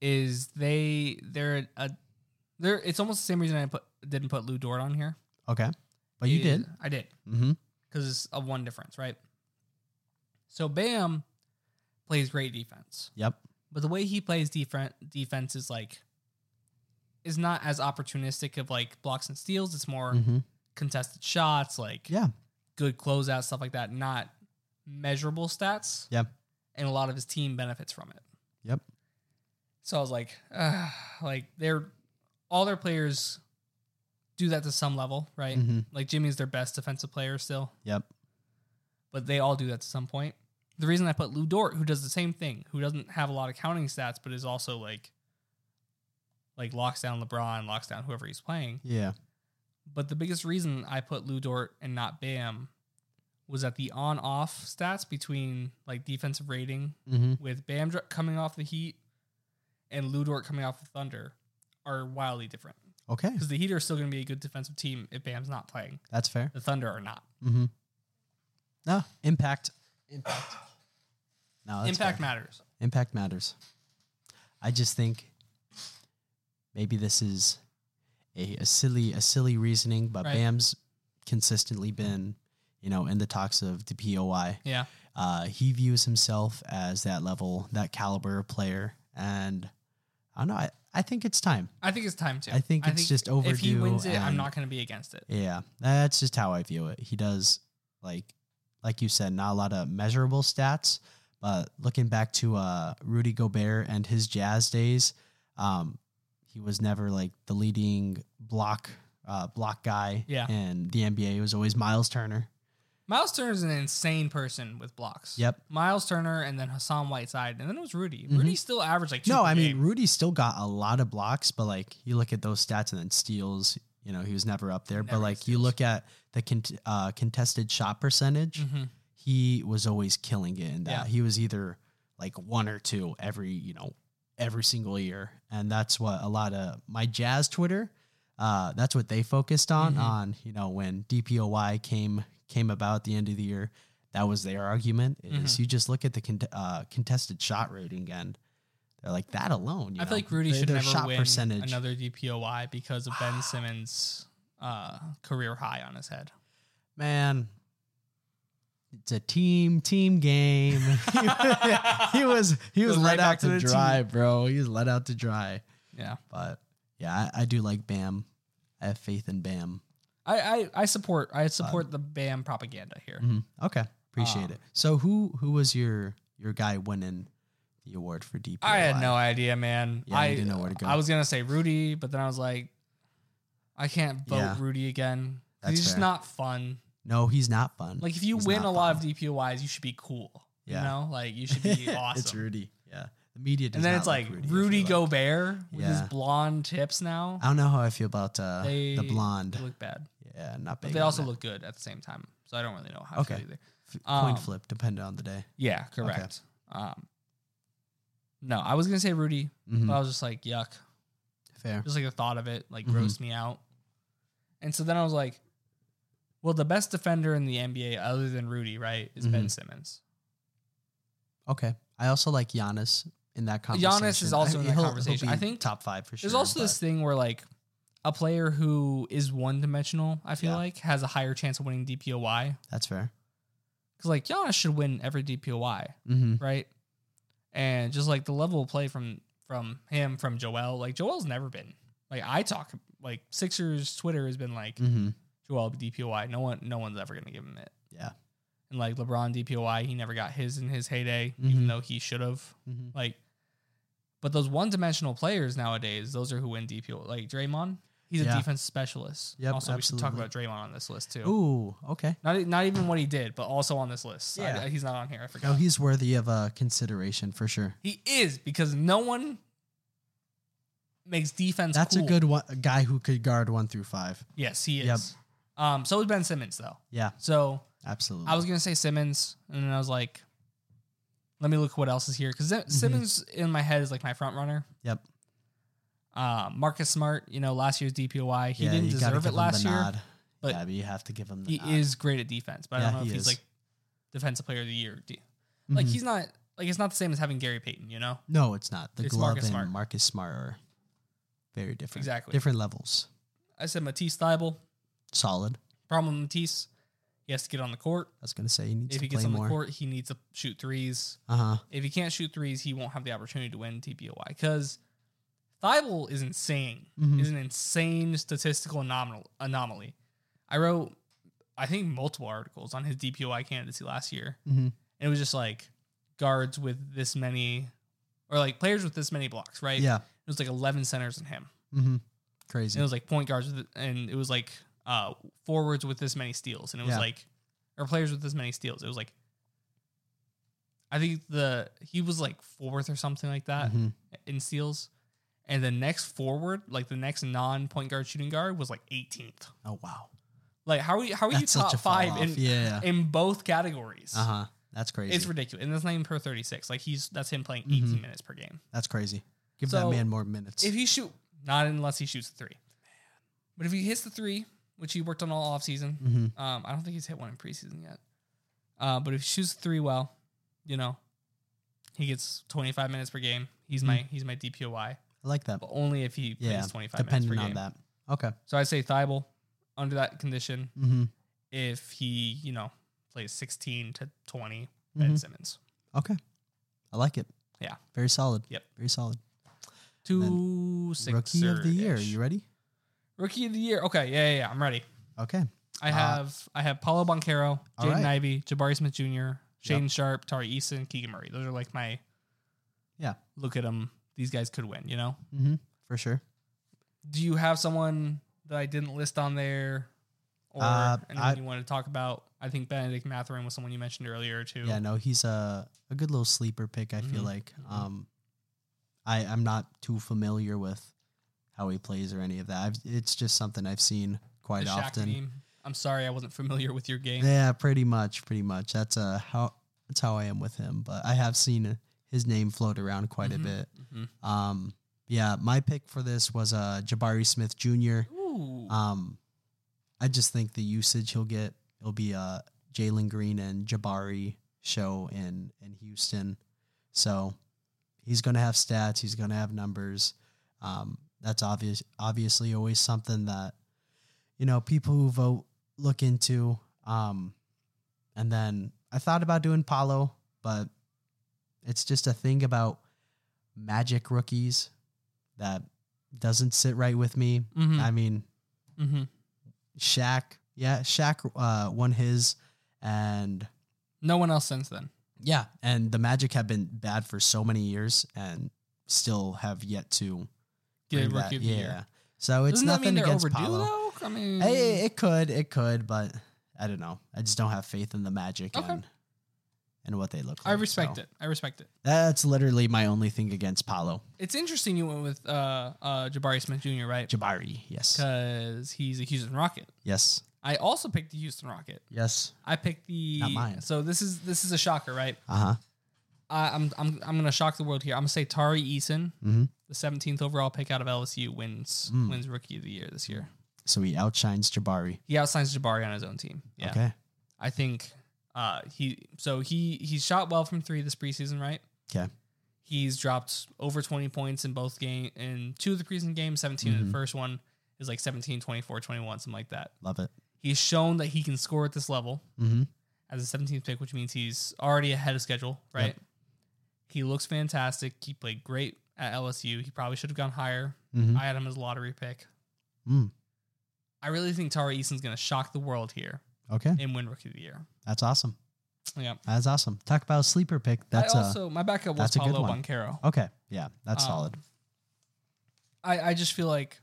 B: Is they they're a they're it's almost the same reason I put didn't put Lou Dort on here.
A: Okay. But you
B: Is-
A: did.
B: I did.
A: Mm-hmm.
B: because of one difference, right? So Bam plays great defense,
A: Yep.
B: but the way he plays defense defense is like is not as opportunistic of like blocks and steals. It's more
A: Mm-hmm.
B: contested shots, like
A: Yeah.
B: good closeout stuff like that. Not measurable stats.
A: Yep.
B: and a lot of his team benefits from it.
A: Yep.
B: So I was like, uh, like they're all their players do that to some level, right?
A: Mm-hmm.
B: Like Jimmy's their best defensive player still
A: Yep.
B: but they all do that to some point. The reason I put Lou Dort, who does the same thing, who doesn't have a lot of counting stats, but is also like, like locks down LeBron, locks down whoever he's playing.
A: Yeah.
B: But the biggest reason I put Lou Dort and not Bam was that the on-off stats between like defensive rating
A: Mm-hmm.
B: with Bam dr- coming off the Heat and Lou Dort coming off the Thunder are wildly different
A: Okay.
B: because the Heat are still going to be a good defensive team if Bam's not playing.
A: That's fair.
B: The Thunder are not.
A: Mm-hmm. No. Impact. Impact. No. Oh, that's
B: Impact
A: fair.
B: matters.
A: Impact matters. I just think maybe this is a, a silly a silly reasoning, but
B: Right.
A: Bam's consistently been, you know, in the talks of the POI.
B: Yeah.
A: Uh, he views himself as that level, that caliber of player, and I don't know. I, I think it's time.
B: I think it's time to.
A: I think it's just
B: If he
A: overdue
B: wins it, I'm
A: and-
B: not going to be against it.
A: Yeah, that's just how I view it. He does like like you said, not a lot of measurable stats. But looking back to uh, Rudy Gobert and his Jazz days, um, he was never like the leading block uh, block guy.
B: Yeah.
A: And the NBA was always Miles Turner.
B: Miles Turner is an insane person with blocks.
A: Yep.
B: Miles Turner and then Hassan Whiteside and then it was Rudy.
A: Mhm.
B: Rudy still averaged like two.
A: No,
B: per
A: I mean
B: game.
A: Rudy still got a lot of blocks, but like you look at those stats and then steals, you know, he was never up there.
B: Never
A: but
B: had
A: like you
B: steals.
A: look at the con- uh, contested shot percentage,
B: Mhm.
A: he was always killing it in that.
B: Yeah.
A: He was either like one or two every, you know, every single year. And that's what a lot of my jazz Twitter, uh, that's what they focused on
B: Mhm.
A: on, you know, when DPOY came came about at the end of the year. That was their argument is
B: Mhm.
A: you just look at the con- uh, contested shot rating and they're like that alone. You
B: I
A: know,
B: feel like Rudy
A: their-
B: should
A: their Ah.
B: never win another DPOY because of Ben Simmons' uh, career high on his head.
A: [LAUGHS] man it's a team team game
B: [LAUGHS]
A: [LAUGHS] he was he was
B: Goes
A: let
B: right back
A: out
B: to
A: to
B: the team.
A: dry bro he was let out to dry
B: Yeah,
A: but yeah I, I do like bam i have faith in bam
B: I I, I support I support the Bam propaganda here.
A: Mhm. okay appreciate
B: Um,
A: it so who who was your your guy winning the award for dp
B: I had no idea, man.
A: Yeah,
B: I
A: you didn't know where to go.
B: I was gonna say Rudy, but then I was like, I can't vote
A: Yeah.
B: Rudy again. 'Cause
A: That's
B: He's just
A: fair.
B: not fun.
A: no he's not fun
B: Like if you
A: He's
B: win a
A: not
B: lot
A: fun.
B: of DPOYs, you should be cool.
A: Yeah.
B: You know, like you should be
A: [LAUGHS]
B: awesome.
A: it's rudy yeah the media does
B: and then
A: not
B: it's like
A: I
B: Rudy,
A: feel like.
B: Gobert with his
A: Yeah.
B: blonde tips now.
A: i don't know how i feel about uh,
B: They
A: the blonde
B: look bad,
A: yeah not big
B: but they
A: on
B: also
A: that.
B: look good at the same time. So I don't really know how okay. I
A: Okay.
B: feel either.
A: F-
B: um,
A: coin flip depending on the day
B: Yeah, correct. Um, no, I was gonna say Rudy,
A: Mhm.
B: but I was just like yuck.
A: Fair.
B: Just like the thought of it like
A: Mhm.
B: grossed me out. And so then I was like, well, the best defender in the NBA other than Rudy, right, is
A: Mm-hmm.
B: Ben Simmons.
A: Okay. I also like Giannis in that conversation.
B: Giannis is also in that
A: he'll- he'll
B: conversation. I
A: be
B: think
A: top five for sure.
B: There's also this thing where like a player who is one dimensional, I feel
A: Yeah.
B: like, has a higher chance of winning DPOY.
A: but That's fair.
B: Because like Giannis should win every DPOY,
A: Mm-hmm.
B: right? And just like the level of play from from him, from Joel, like Joel's never been like I talk like Sixers Twitter has been like
A: Mm-hmm.
B: Joel DPOY. No one no one's ever gonna give him it.
A: Yeah.
B: And like LeBron DPOY, he never got his in his heyday,
A: Mhm.
B: even though he should have.
A: Mm-hmm.
B: Like, but those one dimensional players nowadays, those are who win DPO. Like Draymond, he's
A: Yeah.
B: a defense specialist.
A: Yep,
B: also, we should talk about
A: absolutely.
B: Draymond on this list too.
A: Ooh. Okay.
B: Not e- not even what he did, but also on this list. I-
A: Yeah.
B: he's not on here. I forgot.
A: No, he's worthy of uh, consideration for sure.
B: he is because no one makes defense.
A: That's
B: cool.
A: a good one, a guy who could guard one through five.
B: Yes, he
A: Yep.
B: is. Um, so is Ben Simmons though.
A: Yeah,
B: So
A: absolutely.
B: I was gonna say Simmons, and then I was like, let me look what else is here because
A: Mm-hmm.
B: Simmons in my head is like my front runner.
A: Yep.
B: Uh, Marcus Smart, you know, last year's DPOY, he didn't
A: you gotta
B: deserve
A: give
B: it
A: him
B: last
A: the
B: year.
A: nod.
B: but
A: yeah, but you have to give him the
B: He
A: nod.
B: is great at defense, but I
A: Yeah,
B: don't know if
A: he is.
B: he's
A: Mm-hmm.
B: like defensive player of the year. De- Like
A: Like
B: he's not like it's not the same as having Gary Payton, you know?
A: no, it's not. The
B: It's
A: glove
B: Marcus
A: and
B: Smart.
A: Marcus Smart are very different.
B: Exactly.
A: Different levels.
B: I said Matisse Thibel.
A: Solid.
B: Problem with Matisse, he has to get on the court.
A: I was gonna say he needs
B: if
A: to
B: he gets
A: play
B: on the
A: more.
B: court, he needs to shoot threes.
A: Uh huh.
B: If he can't shoot threes, he won't have the opportunity to win TPOY because Thibel is insane.
A: Mhm.
B: Is an insane statistical anomal- anomaly. I wrote, I think, multiple articles on his DPOI candidacy last year.
A: Mm-hmm.
B: And it was just like guards with this many, or like players with this many blocks, right?
A: Yeah.
B: It was like 11 centers in him.
A: Mm-hmm.
B: And it
A: Crazy.
B: was like point guards, with, and it was like uh, forwards with this many steals. And it was
A: Yeah.
B: like, or players with this many steals. It was like, I think the, he was like fourth or something like that
A: Mhm.
B: in steals. And the next forward, like the next non point guard shooting guard, was like 18th.
A: Oh wow,
B: Like how are you, how are you
A: that's
B: top
A: such a
B: five
A: fall
B: in
A: off. yeah.
B: in both categories?
A: Uh huh. That's crazy.
B: It's ridiculous, and that's not even per 36. Like he's that's him playing 18
A: Mhm.
B: minutes per game.
A: that's crazy. Give
B: So,
A: that man more minutes.
B: If he shoot, not unless he shoots a three. But if he hits the three, which he worked on all offseason,
A: hmm
B: um, I don't think he's hit one in preseason yet. Uh, but if he shoots the three well, you know, he gets 25 minutes per game. He's my he's my DPOY,
A: I like that.
B: but only if he
A: Hmm. Yeah,
B: plays 25 minutes
A: depending
B: per
A: on
B: game.
A: that. Okay.
B: So I say Thibault under that condition
A: Mm-hmm.
B: if he, you know, plays 16 to 20 Ben
A: Mhm.
B: Simmons.
A: Okay. I like it.
B: Yeah.
A: Very solid.
B: Yep.
A: Very solid.
B: Two
A: Rookie of the year.
B: Sixer-ish.
A: You ready?
B: Rookie of the year. Okay, yeah, yeah, yeah. I'm ready.
A: Okay.
B: I have I have Paulo Boncaro,
A: Ah. All
B: Jaden
A: right.
B: Ivey, Jabari Smith Jr., Shaden Sharp, Tari Eason, Keegan Murray. Those are like my
A: Yeah.
B: Look at them. These guys could win. You know.
A: Mm-hmm. For sure.
B: Do you have someone that I didn't list on there, or
A: Uh,
B: anyone
A: I-
B: you want to talk about? I think Benedict Matherin was someone you mentioned earlier too.
A: Yeah, no, he's a a good little sleeper pick. I feel
B: Mhm,
A: like
B: mhm.
A: um, I I'm not too familiar with how he plays or any of that. I've, it's just something I've seen
B: The
A: quite
B: Shaq
A: often.
B: meme. I'm sorry I wasn't familiar with your game.
A: Yeah, pretty much, pretty much. That's uh how that's how I am with him. But I have seen his name float around quite
B: Mhm,
A: a bit.
B: mhm.
A: Um, yeah, my pick for this was uh Jabari Smith Jr.
B: Ooh.
A: Um, I just think the usage he'll get it'll be uh Jalen Green and Jabari show in in Houston. So he's going to have stats. He's going to have numbers. Um, that's obvious. Obviously, always something that you know people who vote look into. Um, and then I thought about doing Paolo, but it's just a thing about Magic rookies that doesn't sit right with me.
B: Mhm,
A: I mean,
B: mhm.
A: Shaq. Yeah, Shaq uh, won his, and
B: No one else since then.
A: yeah, and the Magic have been bad for so many years, and still have yet to
B: Get a
A: bring that-
B: rookie of the
A: yeah.
B: year.
A: So it's
B: Doesn't that
A: nothing
B: mean they're
A: against
B: overdue
A: Paolo.
B: though? Mm. I mean,
A: Hey, it could, it could, but I don't know. I just don't have faith in the Magic
B: Okay.
A: and and what they look like.
B: I respect
A: so.
B: it. I respect it.
A: That's literally my only thing against Paolo
B: It's interesting you went with uh, uh, Jabari Smith Jr. right
A: Jabari. Yes,
B: because he's a Houston Rocket.
A: yes,
B: I also picked the Houston Rocket.
A: yes.
B: I picked the
A: Not mine.
B: so this is this is a shocker, right?
A: Uh huh.
B: I, I'm I'm I'm gonna shock the world here. I'm gonna say Tari Eason,
A: Mhm.
B: the 17th overall pick out of LSU, wins
A: Mm.
B: wins Rookie of the Year this year.
A: So he outshines Jabari.
B: He outsigns Jabari on his own team. Yeah,
A: Okay.
B: I think uh, he so he he shot well from three this preseason, right?
A: 'Kay.
B: He's dropped over 20 points in both game in two of the preseason games, 17 in
A: Mhm.
B: the first one is like 17, 24, 21, something like that.
A: Love it.
B: He's shown that he can score at this level
A: Mm-hmm.
B: as a 17th pick, which means he's already ahead of schedule, right?
A: Yep.
B: He looks fantastic. He played great at LSU. He probably should have gone higher.
A: Mm-hmm.
B: I had him as a lottery pick.
A: Mm.
B: I really think Tari Eason's going to shock the world here
A: Okay.
B: and win Rookie of the Year.
A: That's awesome.
B: Yeah.
A: That's awesome. Talk about a sleeper pick. That's
B: I
A: a
B: also my backup was
A: that's a good
B: Paulo
A: one.
B: Boncaro.
A: okay. Yeah, that's
B: Um,
A: solid.
B: I, I just feel like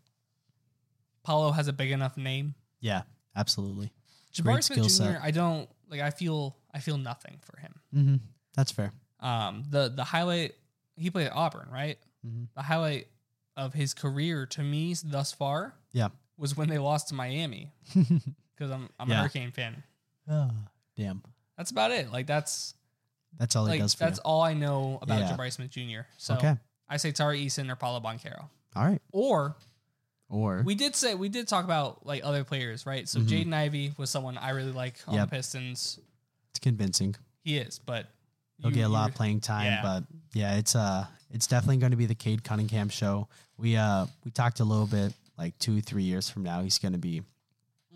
B: Paulo has a big enough name.
A: Yeah, absolutely.
B: Jabari
A: Great
B: Smith
A: skill
B: Jr.
A: set.
B: I don't like. I feel I feel nothing for him.
A: Mm-hmm. That's fair. [LAUGHS]
B: Um, the the highlight he played at Auburn, right?
A: Mhm.
B: The highlight of his career to me thus far,
A: Yeah.
B: was when they lost to Miami because I'm I'm a
A: Yeah.
B: Hurricane fan.
A: oh, damn,
B: That's about it. Like that's
A: that's all he
B: like
A: does for
B: that's all I know about
A: Yeah.
B: Jabari Smith Jr.
A: you.
B: So
A: okay.
B: I say Tari Eason or Paulo Boncaro.
A: All right.
B: Or
A: Or
B: we did say we did talk about like other players, right? So
A: Mhm.
B: Jaden Ivey was someone I really like on
A: Yep.
B: the Pistons.
A: it's convincing.
B: He is, but
A: He'll
B: you-
A: get a lot
B: you-
A: of playing time,
B: yeah.
A: but yeah, it's uh, it's definitely going to be the Cade Cunningham show. We uh, we talked a little bit like two, three years from now, he's going to be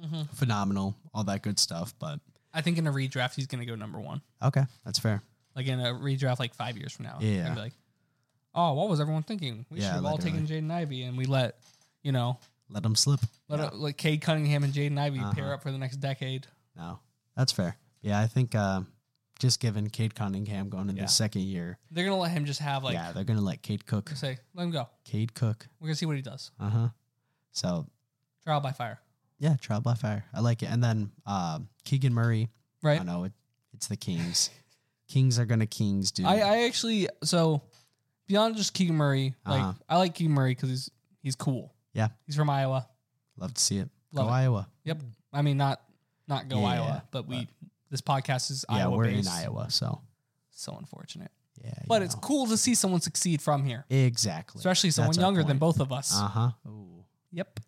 B: Mhm.
A: phenomenal, all that good stuff. But
B: I think in a redraft he's gonna go number one.
A: okay, that's fair.
B: Like in a redraft, like five years from now,
A: Yeah.
B: I'd be like, oh, what was everyone thinking? We
A: Yeah, uh,
B: should have all
A: literally.
B: taken Jaden Ivey, and we let you know
A: Let him slip.
B: let
A: Yeah.
B: uh, like Cade Cunningham and Jaden Ivey pair
A: Uh-huh.
B: up for the next decade.
A: No, that's fair. Yeah, I think uh, just given Cade Cunningham going into
B: Yeah.
A: the second year,
B: They're gonna let him just have like
A: yeah, they're gonna let Cade cook.
B: say, let him go.
A: Cade cook.
B: We're gonna see what he does.
A: Uh huh. So
B: Trial by fire,
A: yeah, trial by fire. I like it. And then um, Keegan Murray.
B: right?
A: I know it, it's the Kings. Kings are gonna Kings, dude.
B: I, I actually so beyond just Keegan Murray, like
A: Uh-huh.
B: I like Keegan Murray because he's he's cool.
A: Yeah.
B: he's from Iowa.
A: love to see it.
B: Love
A: go
B: it.
A: Iowa.
B: Yep. I mean, not not go
A: Mm. Yeah,
B: Iowa, but we this podcast is
A: Yeah,
B: Iowa.
A: we're
B: based.
A: in Iowa, so
B: So unfortunate,
A: yeah. you
B: but it's
A: know.
B: cool to see someone succeed from here,
A: exactly,
B: especially someone younger than both of us.
A: Uh huh.
B: yep.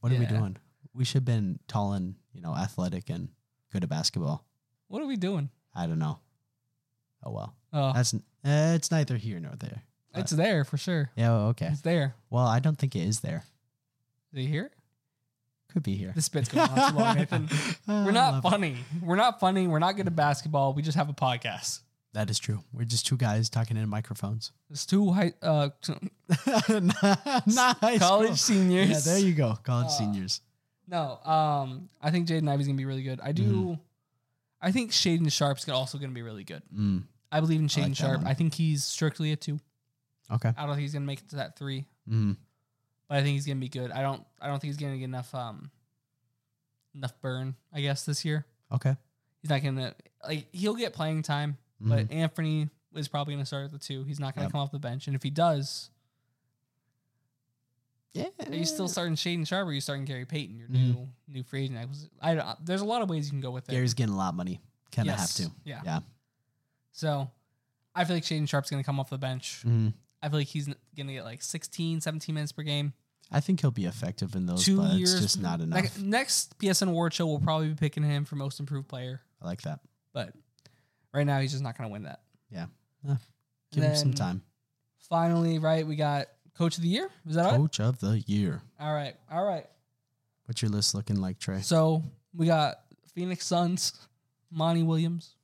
A: What are we
B: Yeah.
A: doing? We should have been tall and you know athletic and good at basketball.
B: What are we doing?
A: I don't know. Oh well.
B: Oh,
A: That's n- uh, it's neither here nor there.
B: it's there for sure.
A: Yeah, well, okay.
B: It's there.
A: Well, I don't think it is there.
B: Do you hear?
A: [LAUGHS]
B: it?
A: Could be here. Ah,
B: This bit's going on too long,
A: [LAUGHS]
B: Nathan. We're not funny. We're not funny. We're not good at basketball. We just have a podcast.
A: That is true. We're just two guys talking into microphones.
B: It's two high, uh, t-
A: nice.
B: [LAUGHS] college seniors.
A: Yeah, there you go. College
B: Uh,
A: seniors.
B: No, um, I think Jaden Ivey's gonna be really good. I do.
A: Mm-hmm.
B: I think Shaden Sharp's gonna- also gonna be really good.
A: Mm,
B: I believe in Shaden
A: like that
B: Sharp.
A: one.
B: I think he's strictly a two.
A: okay.
B: I don't think he's gonna make it to that three,
A: Mm,
B: but I think he's gonna be good. I don't. I don't think he's gonna get enough. Um, enough burn, I guess, this year.
A: okay.
B: He's not gonna like. He'll get playing time,
A: Mm,
B: but Anthony is probably gonna start at the two. He's not gonna
A: Yep.
B: come off the bench, and if he does,
A: yeah.
B: are you
A: Eh.
B: still starting Shaden Sharp or are you starting Gary Payton, your
A: Mhm.
B: new new free agent? acquisi- I, I there's a lot of ways you can go with it.
A: Gary's getting a lot of money. Kind of
B: Yes.
A: have to.
B: Yeah.
A: Yeah.
B: So I feel like Shaden Sharp's going to come off the bench.
A: Mm,
B: I feel like he's going to get like 16, 17 minutes per game.
A: I think he'll be effective in those,
B: Two
A: but
B: years.
A: it's just not enough.
B: Ne- next PSN award show, we'll probably be picking him for most improved player,
A: I like that.
B: but right now he's just not going to win that.
A: Give him some
B: Then-
A: time.
B: Finally, right, we got coach of the year. Is that all right?
A: Coach of the year.
B: All right. All right.
A: What's your list looking like, Trey?
B: So we got Phoenix Suns, Monty Williams.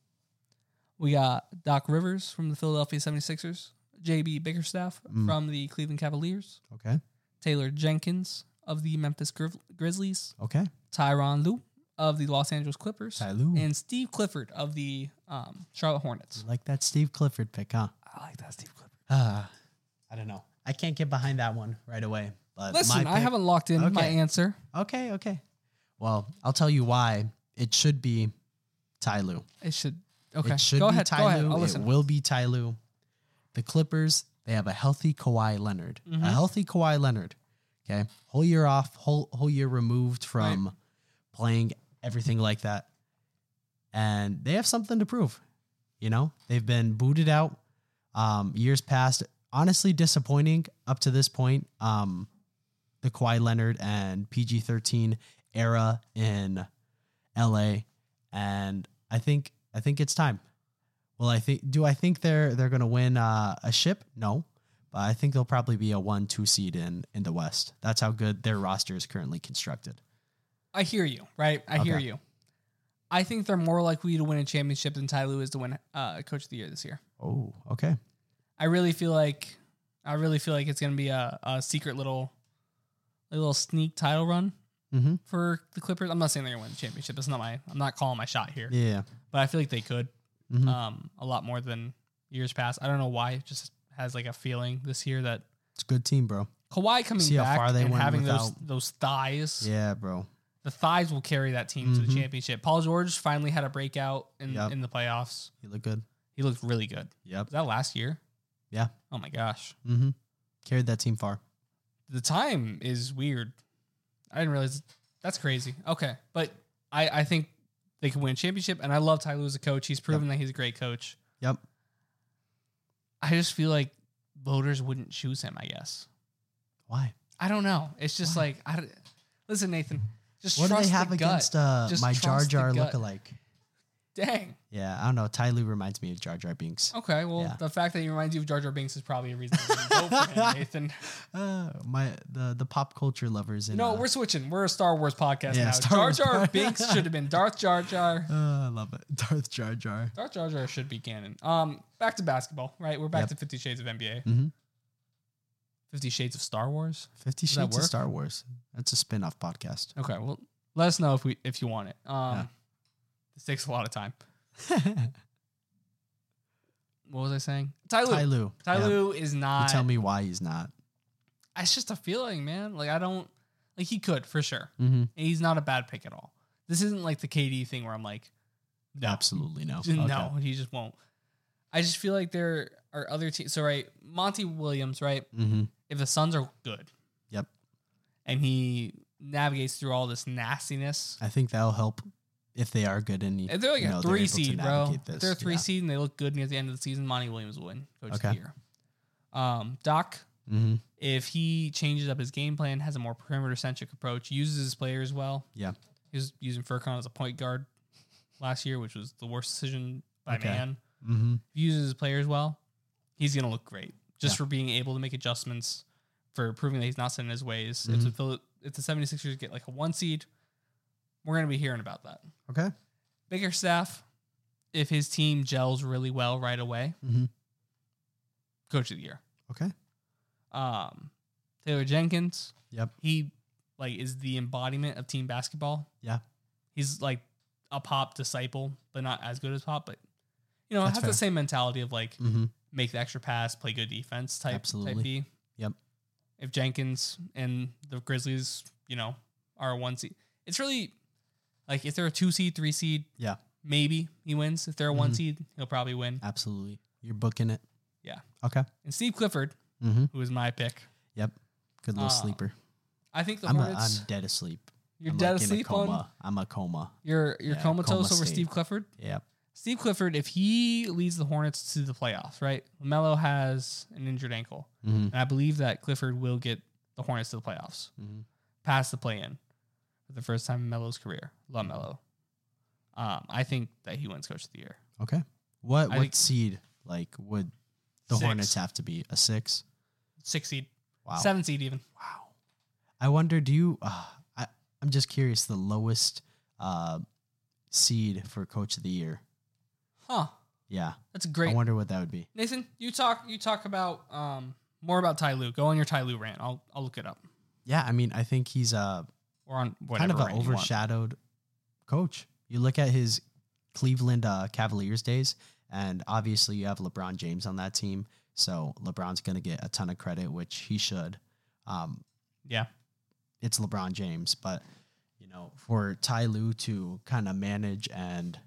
B: We got Doc Rivers from the Philadelphia 76ers, JB Bickerstaff
A: Mm.
B: from the Cleveland Cavaliers,
A: Okay.
B: Taylor Jenkins of the Memphis Grizz- Grizzlies,
A: Okay.
B: Tyron Lue of the Los Angeles Clippers,
A: Tyloo.
B: and Steve Clifford of the um, Charlotte Hornets.
A: like that Steve Clifford pick, huh?
B: I like that Steve Clifford.
A: Ah, I don't know. I can't get behind that one right away. But
B: Listen,
A: my
B: I
A: pick-
B: haven't locked in my
A: Okay.
B: answer.
A: Okay, okay. Well, I'll tell you why it should be Ty Lue.
B: It should. Okay,
A: It should
B: go
A: be
B: ahead.
A: Ty
B: Go ahead.
A: Lue.
B: I'll
A: It
B: listen.
A: will be Ty Lue. The Clippers, they have a healthy Kawhi Leonard.
B: Mhm.
A: A healthy Kawhi Leonard. Okay. Whole year off, whole whole year removed from playing everything like that. And they have something to prove. You know, they've been booted out um, years past. Honestly, disappointing up to this point. Um, the Kawhi Leonard and PG 13 era in LA. And I think I think it's time. Well, I think do I think they're they're gonna win uh, a ship? No. But I think they'll probably be a one two seed in in the West. That's how good their roster is currently constructed.
B: I hear you, right? I hear
A: Okay.
B: you. I think they're more likely to win a championship than Ty Lue is to win uh, Coach of the Year this year.
A: Oh, okay.
B: I really feel like I really feel like it's going to be a, a secret little, a little sneak title run
A: Mm-hmm.
B: for the Clippers. I'm not saying they're going to win the championship. That's not my. I'm not calling my shot here,
A: Yeah.
B: but I feel like they could
A: Mhm.
B: um, a lot more than years past. I don't know why. It just has like a feeling this year that
A: It's a good team, bro.
B: Kawhi coming
A: See how
B: back
A: far they
B: and
A: went
B: having
A: without-
B: those those thighs.
A: Yeah, bro.
B: the thighs will carry that team to
A: Mhm.
B: the championship. Paul George finally had a breakout in
A: Yep.
B: in the playoffs.
A: You look good.
B: He looked really good.
A: Yep.
B: Was that last year?
A: Yeah.
B: Oh my gosh.
A: Mm-hmm. Carried that team far.
B: The time is weird. I didn't realize that's crazy. Okay. But I, I think they can win a championship and I love Ty Lue as a coach. He's proven that he's a great coach.
A: Yep.
B: I just feel like voters wouldn't choose him, I guess.
A: Why?
B: I don't know. It's just like I d- listen, Nathan, just
A: What do
B: trust
A: they have
B: the
A: against
B: gut.
A: uh,
B: Just
A: my Jar
B: trust the
A: Jar
B: gut.
A: lookalike?
B: Dang.
A: Yeah, I don't know. Ty Lue reminds me of Jar Jar Binks.
B: Okay, well,
A: Yeah.
B: the fact that he reminds you of Jar Jar Binks is probably a reason to vote for
A: [LAUGHS]
B: him, Nathan.
A: Uh, my the the pop culture lovers in.
B: Oh. No,
A: uh,
B: we're switching. We're a Star Wars podcast
A: Yeah,
B: now.
A: Star
B: Jar
A: Wars
B: Jar
A: pod-
B: Binks should have been Darth Jar Jar.
A: [LAUGHS] uh, I love it. [LAUGHS] Darth Jar Jar.
B: Darth Jar Jar should be canon. Um, back to basketball, right? We're back
A: Yep.
B: to Fifty Shades of NBA.
A: Mm-hmm.
B: Fifty Shades of Star Wars.
A: Fifty
B: Does that
A: Shades of
B: work?
A: Star Wars. That's a spin off podcast.
B: Okay, well, let us know if we if you want it. Um,
A: Yeah.
B: this takes a lot of time. What was I saying? Ty
A: Ty
B: Lue.
A: Lue.
B: Ty
A: Yeah.
B: Lue is
A: You
B: not.
A: tell me why he's not.
B: It's just a feeling, man. Like I don't like he could for sure.
A: Mm-hmm.
B: And he's not a bad pick at all. This isn't like the KD thing where I'm like, no,
A: Absolutely
B: [LAUGHS]
A: no.
B: Just-
A: Okay.
B: no, he just won't. I just feel like there are other teams. So right, Monty Williams, right?
A: Mhm.
B: If the Suns are good,
A: Yep.
B: and he navigates through all this nastiness,
A: I think that'll help if they are good and
B: if they're like
A: you know,
B: a
A: they're
B: three
A: able to
B: seed, bro,
A: navigate
B: if
A: this,
B: they're a three
A: yeah.
B: seed and they look good near the end of the season, Monty Williams will win coach of
A: Okay.
B: the year. Um, Doc,
A: Mhm.
B: if he changes up his game plan, has a more perimeter centric approach, uses his players well.
A: Yeah.
B: He was using Furcon as a point guard last year, which was the worst decision by
A: Okay.
B: man.
A: Mhm.
B: If he uses his players well, he's going to look great just
A: Yeah.
B: for being able to make adjustments, for proving that he's not set in his ways.
A: Mm-hmm.
B: If, the Phil- if the 76ers get like a one seed, we're going to be hearing about that.
A: Okay.
B: Bigger staff, if his team gels really well right away,
A: Mhm.
B: coach of the year.
A: Okay.
B: Um, Taylor Jenkins,
A: Yep.
B: he like is the embodiment of team basketball.
A: Yeah.
B: He's like a pop disciple, but not as good as pop, but you know,
A: That's
B: has
A: fair.
B: the same mentality of like
A: Mm-hmm.
B: make the extra pass, play good defense type
A: Absolutely.
B: type B.
A: Yep.
B: If Jenkins and the Grizzlies, you know, are a one seed. It's really like if they're a two seed, three seed,
A: Yeah.
B: maybe he wins. If they're a one
A: Mhm.
B: seed, he'll probably win.
A: Absolutely. You're booking it.
B: Yeah.
A: Okay.
B: And Steve Clifford,
A: Mm-hmm.
B: who is my pick,
A: Yep. Good little
B: Uh,
A: sleeper.
B: I think the
A: I'm, a, I'm
B: Hornets.
A: dead asleep.
B: you're
A: I'm
B: dead
A: like in a
B: asleep on
A: coma. I'm a coma.
B: your your
A: Yeah,
B: comatose
A: coma
B: over
A: state.
B: Steve Clifford.
A: Yep.
B: Steve Clifford, if he leads the Hornets to the playoffs, right? Melo has an injured ankle,
A: Mm-hmm.
B: and I believe that Clifford will get the Hornets to the playoffs.
A: Mm-hmm.
B: past the play in for the first time in Melo's career. Love Melo. Um, I think that he wins Coach of the Year.
A: Okay. What
B: I
A: what
B: think-
A: seed like would the
B: Six.
A: Hornets have to be? A six.
B: Six seed,
A: Wow.
B: seven seed, even.
A: Wow. I wonder. Do you? Uh, I I'm just curious. The lowest uh, seed for Coach of the Year.
B: Huh.
A: Yeah.
B: That's great.
A: I wonder what that would be.
B: Nathan, you talk. You talk about um, more about Ty Lue. Go on your Ty Lue rant. I'll I'll look it up.
A: Yeah. I mean, I think he's uh,
B: Or on
A: kind
B: whatever.
A: of an
B: rant you want.
A: overshadowed coach. You look at his Cleveland uh, Cavaliers days, and obviously you have LeBron James on that team, so LeBron's going to get a ton of credit, which he should. Um,
B: Yeah.
A: it's LeBron James, but you know, for Ty Lue to kind of manage and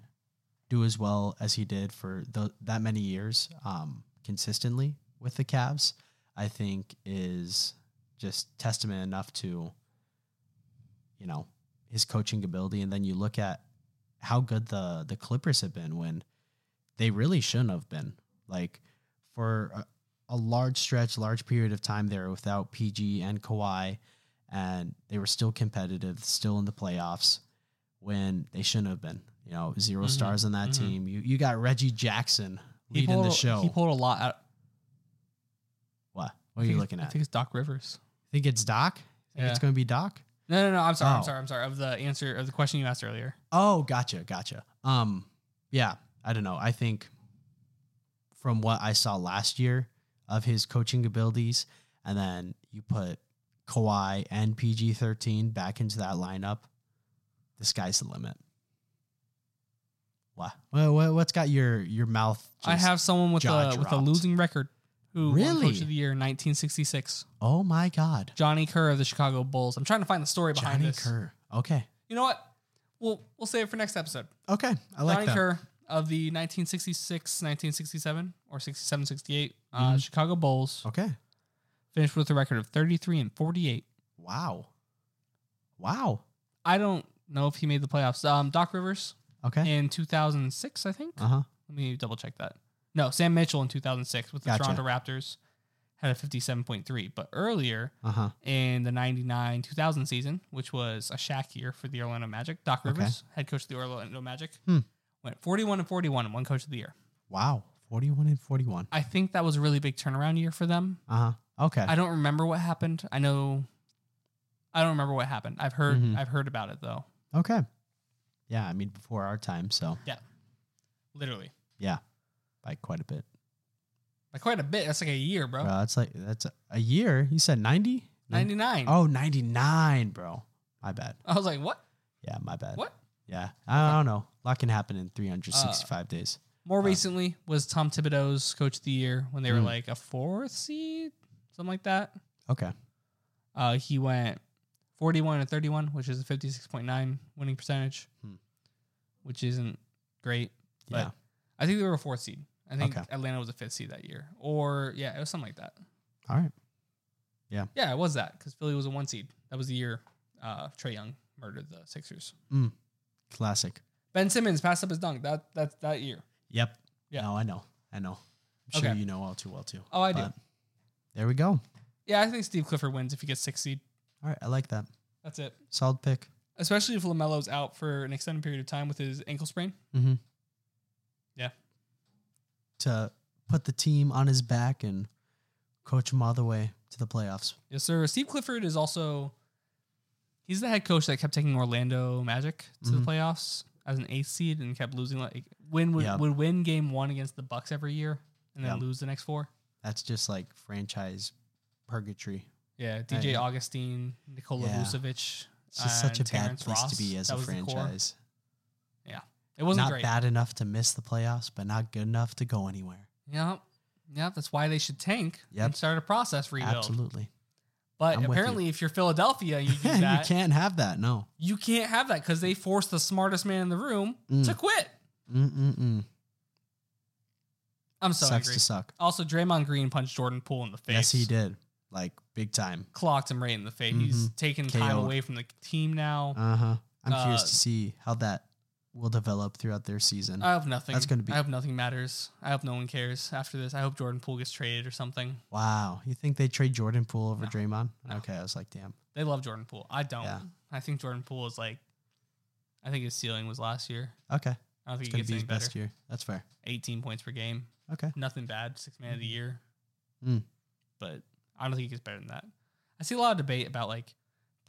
A: do as well as he did for tho- that many years um, consistently with the Cavs, I think is just testament enough to, you know, his coaching ability. And then you look at how good the the Clippers have been when they really shouldn't have been. Like for a, a large stretch, large period of time there without PG and Kawhi, and they were still competitive, still in the playoffs when they shouldn't have been. You know, 0
B: Mhm.
A: stars on that
B: Mhm.
A: team. You you got Reggie Jackson
B: He
A: leading the
B: pulled-
A: show.
B: He pulled a lot out.
A: what? What are you looking
B: I
A: at?
B: think it's Doc Rivers.
A: Think it's Doc? Think
B: Yeah.
A: it's going to be Doc?
B: No, no, no. I'm sorry. I'm
A: Oh.
B: sorry. I'm sorry. Of the answer of the question you asked earlier.
A: Oh, gotcha, gotcha. Um, yeah, I don't know. I think from what I saw last year of his coaching abilities, and then you put Kawhi and PG thirteen back into that lineup, the sky's the limit. What? Well, what- what's got your your mouth?
B: I
A: just-
B: have someone with
A: jaw
B: a with a
A: dropped.
B: losing record who won
A: Really?
B: Coach of the Year in 1966.
A: Oh my God,
B: Johnny Kerr of the Chicago Bulls. I'm trying to find the story behind
A: Johnny
B: this.
A: Kerr. Okay,
B: You know what? We'll we'll save it for next episode.
A: okay, I like
B: Johnny
A: that.
B: Kerr of the 1966, 1967, or 67, 68 uh,
A: Mhm.
B: Chicago Bulls
A: Okay,
B: finished with a record of 33 and 48.
A: wow, wow.
B: I don't know if he made the playoffs. Um, Doc Rivers
A: Okay,
B: in 2006, I think.
A: uh huh.
B: Let me double check that. No, Sam Mitchell in 2006 with the
A: Gotcha.
B: Toronto Raptors had a 57.3. But earlier
A: Uh huh.
B: in the 99 2000 season, which was a Shaq year for the Orlando Magic. Doc
A: Okay.
B: Rivers, head coach of the Orlando Magic,
A: Hmm.
B: went 41 and 41 and one coach of the year.
A: Wow. 41 and 41.
B: I think that was a really big turnaround year for them.
A: Uh huh. Okay.
B: I don't remember what happened. I know I don't remember what happened. I've heard
A: Mhm.
B: I've heard about it though.
A: okay. Yeah. I mean, before our time. So,
B: Literally.
A: yeah, by quite a bit.
B: Like quite a bit. That's like a year, bro.
A: Bro,
B: [LAUGHS]
A: that's like, that's a, a year. You said 90?
B: 99.
A: Oh, 99, bro. My bad.
B: I was like, "What?
A: Yeah, my bad.
B: What?"
A: Yeah. I, I don't know. A lot can happen in 365 days.
B: More
A: Uh,
B: recently was Tom Thibodeau's coach of the year when they were
A: Mm.
B: like a fourth seed, something like that.
A: Okay.
B: Uh, he went 41 and 31, which is a 56.9 winning percentage,
A: Hmm.
B: which isn't great. But
A: Yeah.
B: I think they were a fourth seed. I think
A: Okay.
B: Atlanta was a fifth seed that year. Or, yeah, it was something like that.
A: All right.
B: Yeah, it was that because Philly was a one seed. That was the year uh, Trey Young murdered the Sixers.
A: Mm. Classic.
B: Ben Simmons passed up his dunk that that, that year.
A: Yep.
B: Yeah.
A: No, I know. I know. I'm sure
B: Okay.
A: you know all too well, too.
B: Oh, I do.
A: But there we go.
B: Yeah, I think Steve Clifford wins if he gets sixth seed.
A: All right. I like that.
B: That's it.
A: Solid pick.
B: Especially if LaMelo's out for an extended period of time with his ankle sprain.
A: Mm-hmm.
B: Yeah.
A: To put the team on his back and coach him all the way to the playoffs.
B: Yes, sir. Steve Clifford is also he's the head coach that kept taking Orlando Magic to
A: Mhm.
B: the playoffs as an eighth seed and kept losing like win would,
A: Yeah.
B: would win game one against the Bucks every year and then
A: Yeah.
B: lose the next four.
A: That's just like franchise purgatory.
B: Yeah, DJ Augustine, Nikola
A: Yeah.
B: Vucevic.
A: It's just such a
B: and Uh, Terrence
A: bad place
B: Ross.
A: to be as
B: That
A: a
B: was the core.
A: franchise.
B: It wasn't
A: not
B: great.
A: bad enough to miss the playoffs, but not good enough to go anywhere.
B: Yeah, yeah. That's why they should tank
A: Yep.
B: and start a process rebuild.
A: Absolutely.
B: But
A: I'm with
B: apparently, if you're
A: [LAUGHS]
B: Philadelphia, and you do
A: you
B: that. you, can't.
A: can't have that. No.
B: have that because they forced the smartest man in the room
A: Mm.
B: to quit.
A: Mm-mm-mm.
B: I'm so
A: Sucks
B: angry.
A: to suck.
B: Also, Draymond Green punched Jordan Poole in the face.
A: Yes, he did. Like big time.
B: Clocked him right in the face.
A: Mm-hmm.
B: He's taking time
A: KO'd.
B: away from the team now.
A: Uh huh. I'm curious
B: Uh,
A: to see how that will develop throughout their season.
B: I hope nothing.
A: That's gonna be-
B: I hope nothing matters. I hope no one cares after this. I hope Jordan Poole gets traded or something.
A: wow. You think they trade Jordan Poole over
B: No.
A: Draymond?
B: No.
A: Okay. I was like, damn.
B: They love Jordan Poole. I don't.
A: Yeah.
B: I think Jordan Poole is like. I think his ceiling was last year.
A: Okay.
B: I
A: It's
B: don't think he
A: going
B: gets
A: to be
B: any
A: his
B: better.
A: best year. That's fair.
B: 18 points per game.
A: Okay.
B: Nothing bad. Six man of the year.
A: Mm.
B: But I don't think he gets better than that. I see a lot of debate about like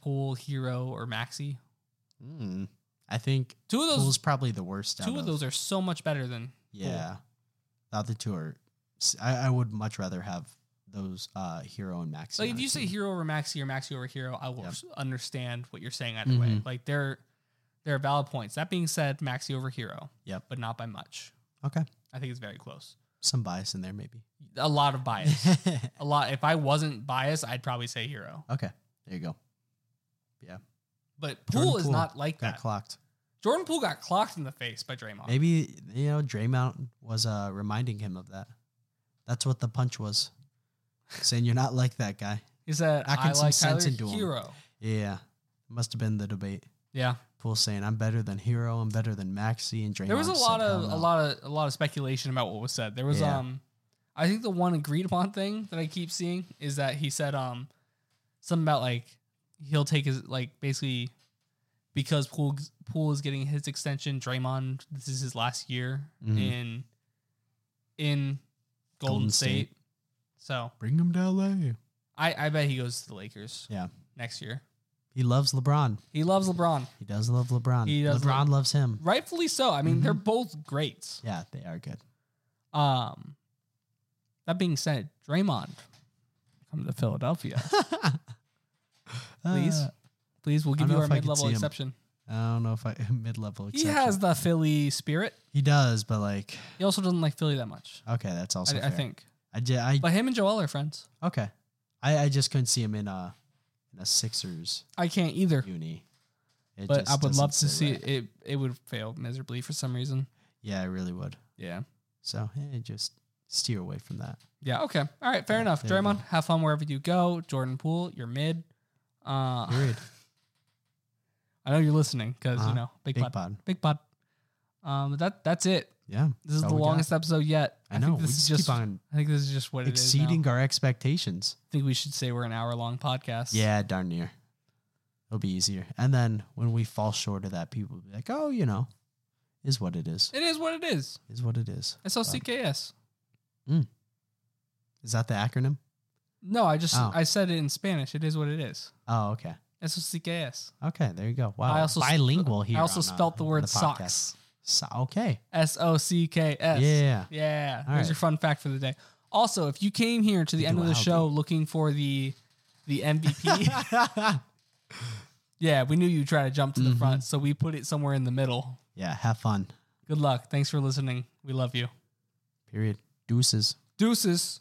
B: Poole, Hero, or Maxi.
A: Mm. I think
B: Two of those.
A: Poole's probably the worst.
B: two
A: out
B: of, those are so much better than.
A: Yeah. The other two are. s- I, I would much rather have those uh, Hero and Maxi.
B: Like
A: on
B: if
A: a
B: you say
A: team.
B: Hero over Maxi or Maxi over Hero, I will
A: Yep.
B: s- understand what you're saying either way.
A: Mhm.
B: Like there, there are valid points. That being said, Maxi over Hero.
A: Yep.
B: But not by much.
A: Okay.
B: I think it's very close.
A: Some bias in there, maybe.
B: A lot
A: [LAUGHS]
B: of bias.
A: okay.
B: a lot. If I wasn't biased, I'd probably say Hero.
A: There you go.
B: But
A: Jordan
B: Poole is
A: Poole
B: not like
A: Got
B: that.
A: clocked.
B: Jordan Poole got clocked in the face by Draymond.
A: Maybe you know Draymond was uh, reminding him of that. That's what the punch
B: [LAUGHS]
A: was, saying you're not like that guy.
B: He said,
A: I
B: "I,
A: can
B: like
A: some
B: Tyler
A: sense into him.
B: Hero."
A: Yeah, must have been the debate.
B: Yeah,
A: Poole saying I'm better than Hero, I'm better than Maxi, and Draymond.
B: there was a
A: said,
B: lot
A: "Hell
B: of
A: no."
B: a lot of a lot of speculation about what was said. There was
A: Yeah.
B: um, I think the one agreed upon thing that I keep seeing is that he said um, something about like he'll take his like basically because Poole Poole is getting his extension. Draymond, this is his last year
A: Mhm.
B: in in Golden,
A: Golden
B: State.
A: State.
B: So
A: Bring him to LA.
B: I I bet he goes to the Lakers.
A: Yeah.
B: next year
A: He loves LeBron.
B: he loves LeBron.
A: He does love LeBron.
B: He does
A: LeBron loves him.
B: Rightfully so. I mean,
A: Mhm.
B: they're both greats.
A: Yeah, they are good.
B: Um, that being said, Draymond, come to
A: [LAUGHS]
B: Philadelphia, please.
A: Uh,
B: please, we'll
A: I
B: give
A: don't
B: you
A: know
B: our
A: if I
B: mid
A: could see
B: level
A: him.
B: exception.
A: I don't know if I [LAUGHS] mid level.
B: He has the Philly spirit.
A: He does, but like,
B: He also doesn't like Philly that much.
A: okay, that's also.
B: I, I
A: fair.
B: think,
A: I did. I
B: but him and Joel are friends.
A: okay. I, I just couldn't see him in a in a Sixers
B: I can't [LAUGHS] either,
A: uni. It
B: but
A: just
B: I would
A: doesn't
B: love to
A: sit
B: see
A: right.
B: it. it. It would fail miserably for some reason.
A: Yeah, I really would.
B: Yeah.
A: So eh, just steer away from
B: [LAUGHS]
A: that.
B: Yeah. Okay. All right. Fair
A: Yeah,
B: enough.
A: there you go.
B: Draymond, have fun wherever you go. Jordan Poole, you're mid. Uh,
A: Period.
B: I know you're listening because
A: Uh-huh.
B: you know big,
A: Big
B: pod,
A: pod.
B: big pod. Um, that that's it.
A: Yeah,
B: This is
A: That's all
B: the
A: we got.
B: longest episode yet.
A: I know.
B: Think
A: we
B: this is
A: just,
B: just.
A: keep on
B: I think this is just what it is. now.
A: exceeding our expectations.
B: I think we should say we're an hour long podcast.
A: Yeah, darn near. It'll be easier. And then when we fall short of that, people will be like, "Oh, you know, is what it is.
B: It is what it is.
A: Is what it is."
B: S O C K S.
A: Is that the acronym?
B: No, I just
A: Oh.
B: I said it in Spanish. It is what it is.
A: Oh, okay.
B: S O C K S.
A: Okay, there you go. Wow,
B: I also sp-
A: bilingual here.
B: I also
A: on, uh,
B: spelt the
A: on
B: word
A: podcast.
B: socks.
A: So, okay.
B: S O C K S.
A: Yeah.
B: Yeah.
A: All
B: There's
A: right.
B: your fun fact for the day. Also, if you came here to the
A: Thank
B: end
A: you,
B: of the
A: Aldi.
B: show looking for the the
A: [LAUGHS]
B: MVP, [LAUGHS] yeah, we knew you try to jump to the
A: Mhm.
B: front, so we put it somewhere in the middle.
A: yeah, have fun.
B: Good luck. Thanks for listening. We love you.
A: Period. Deuces.
B: Deuces.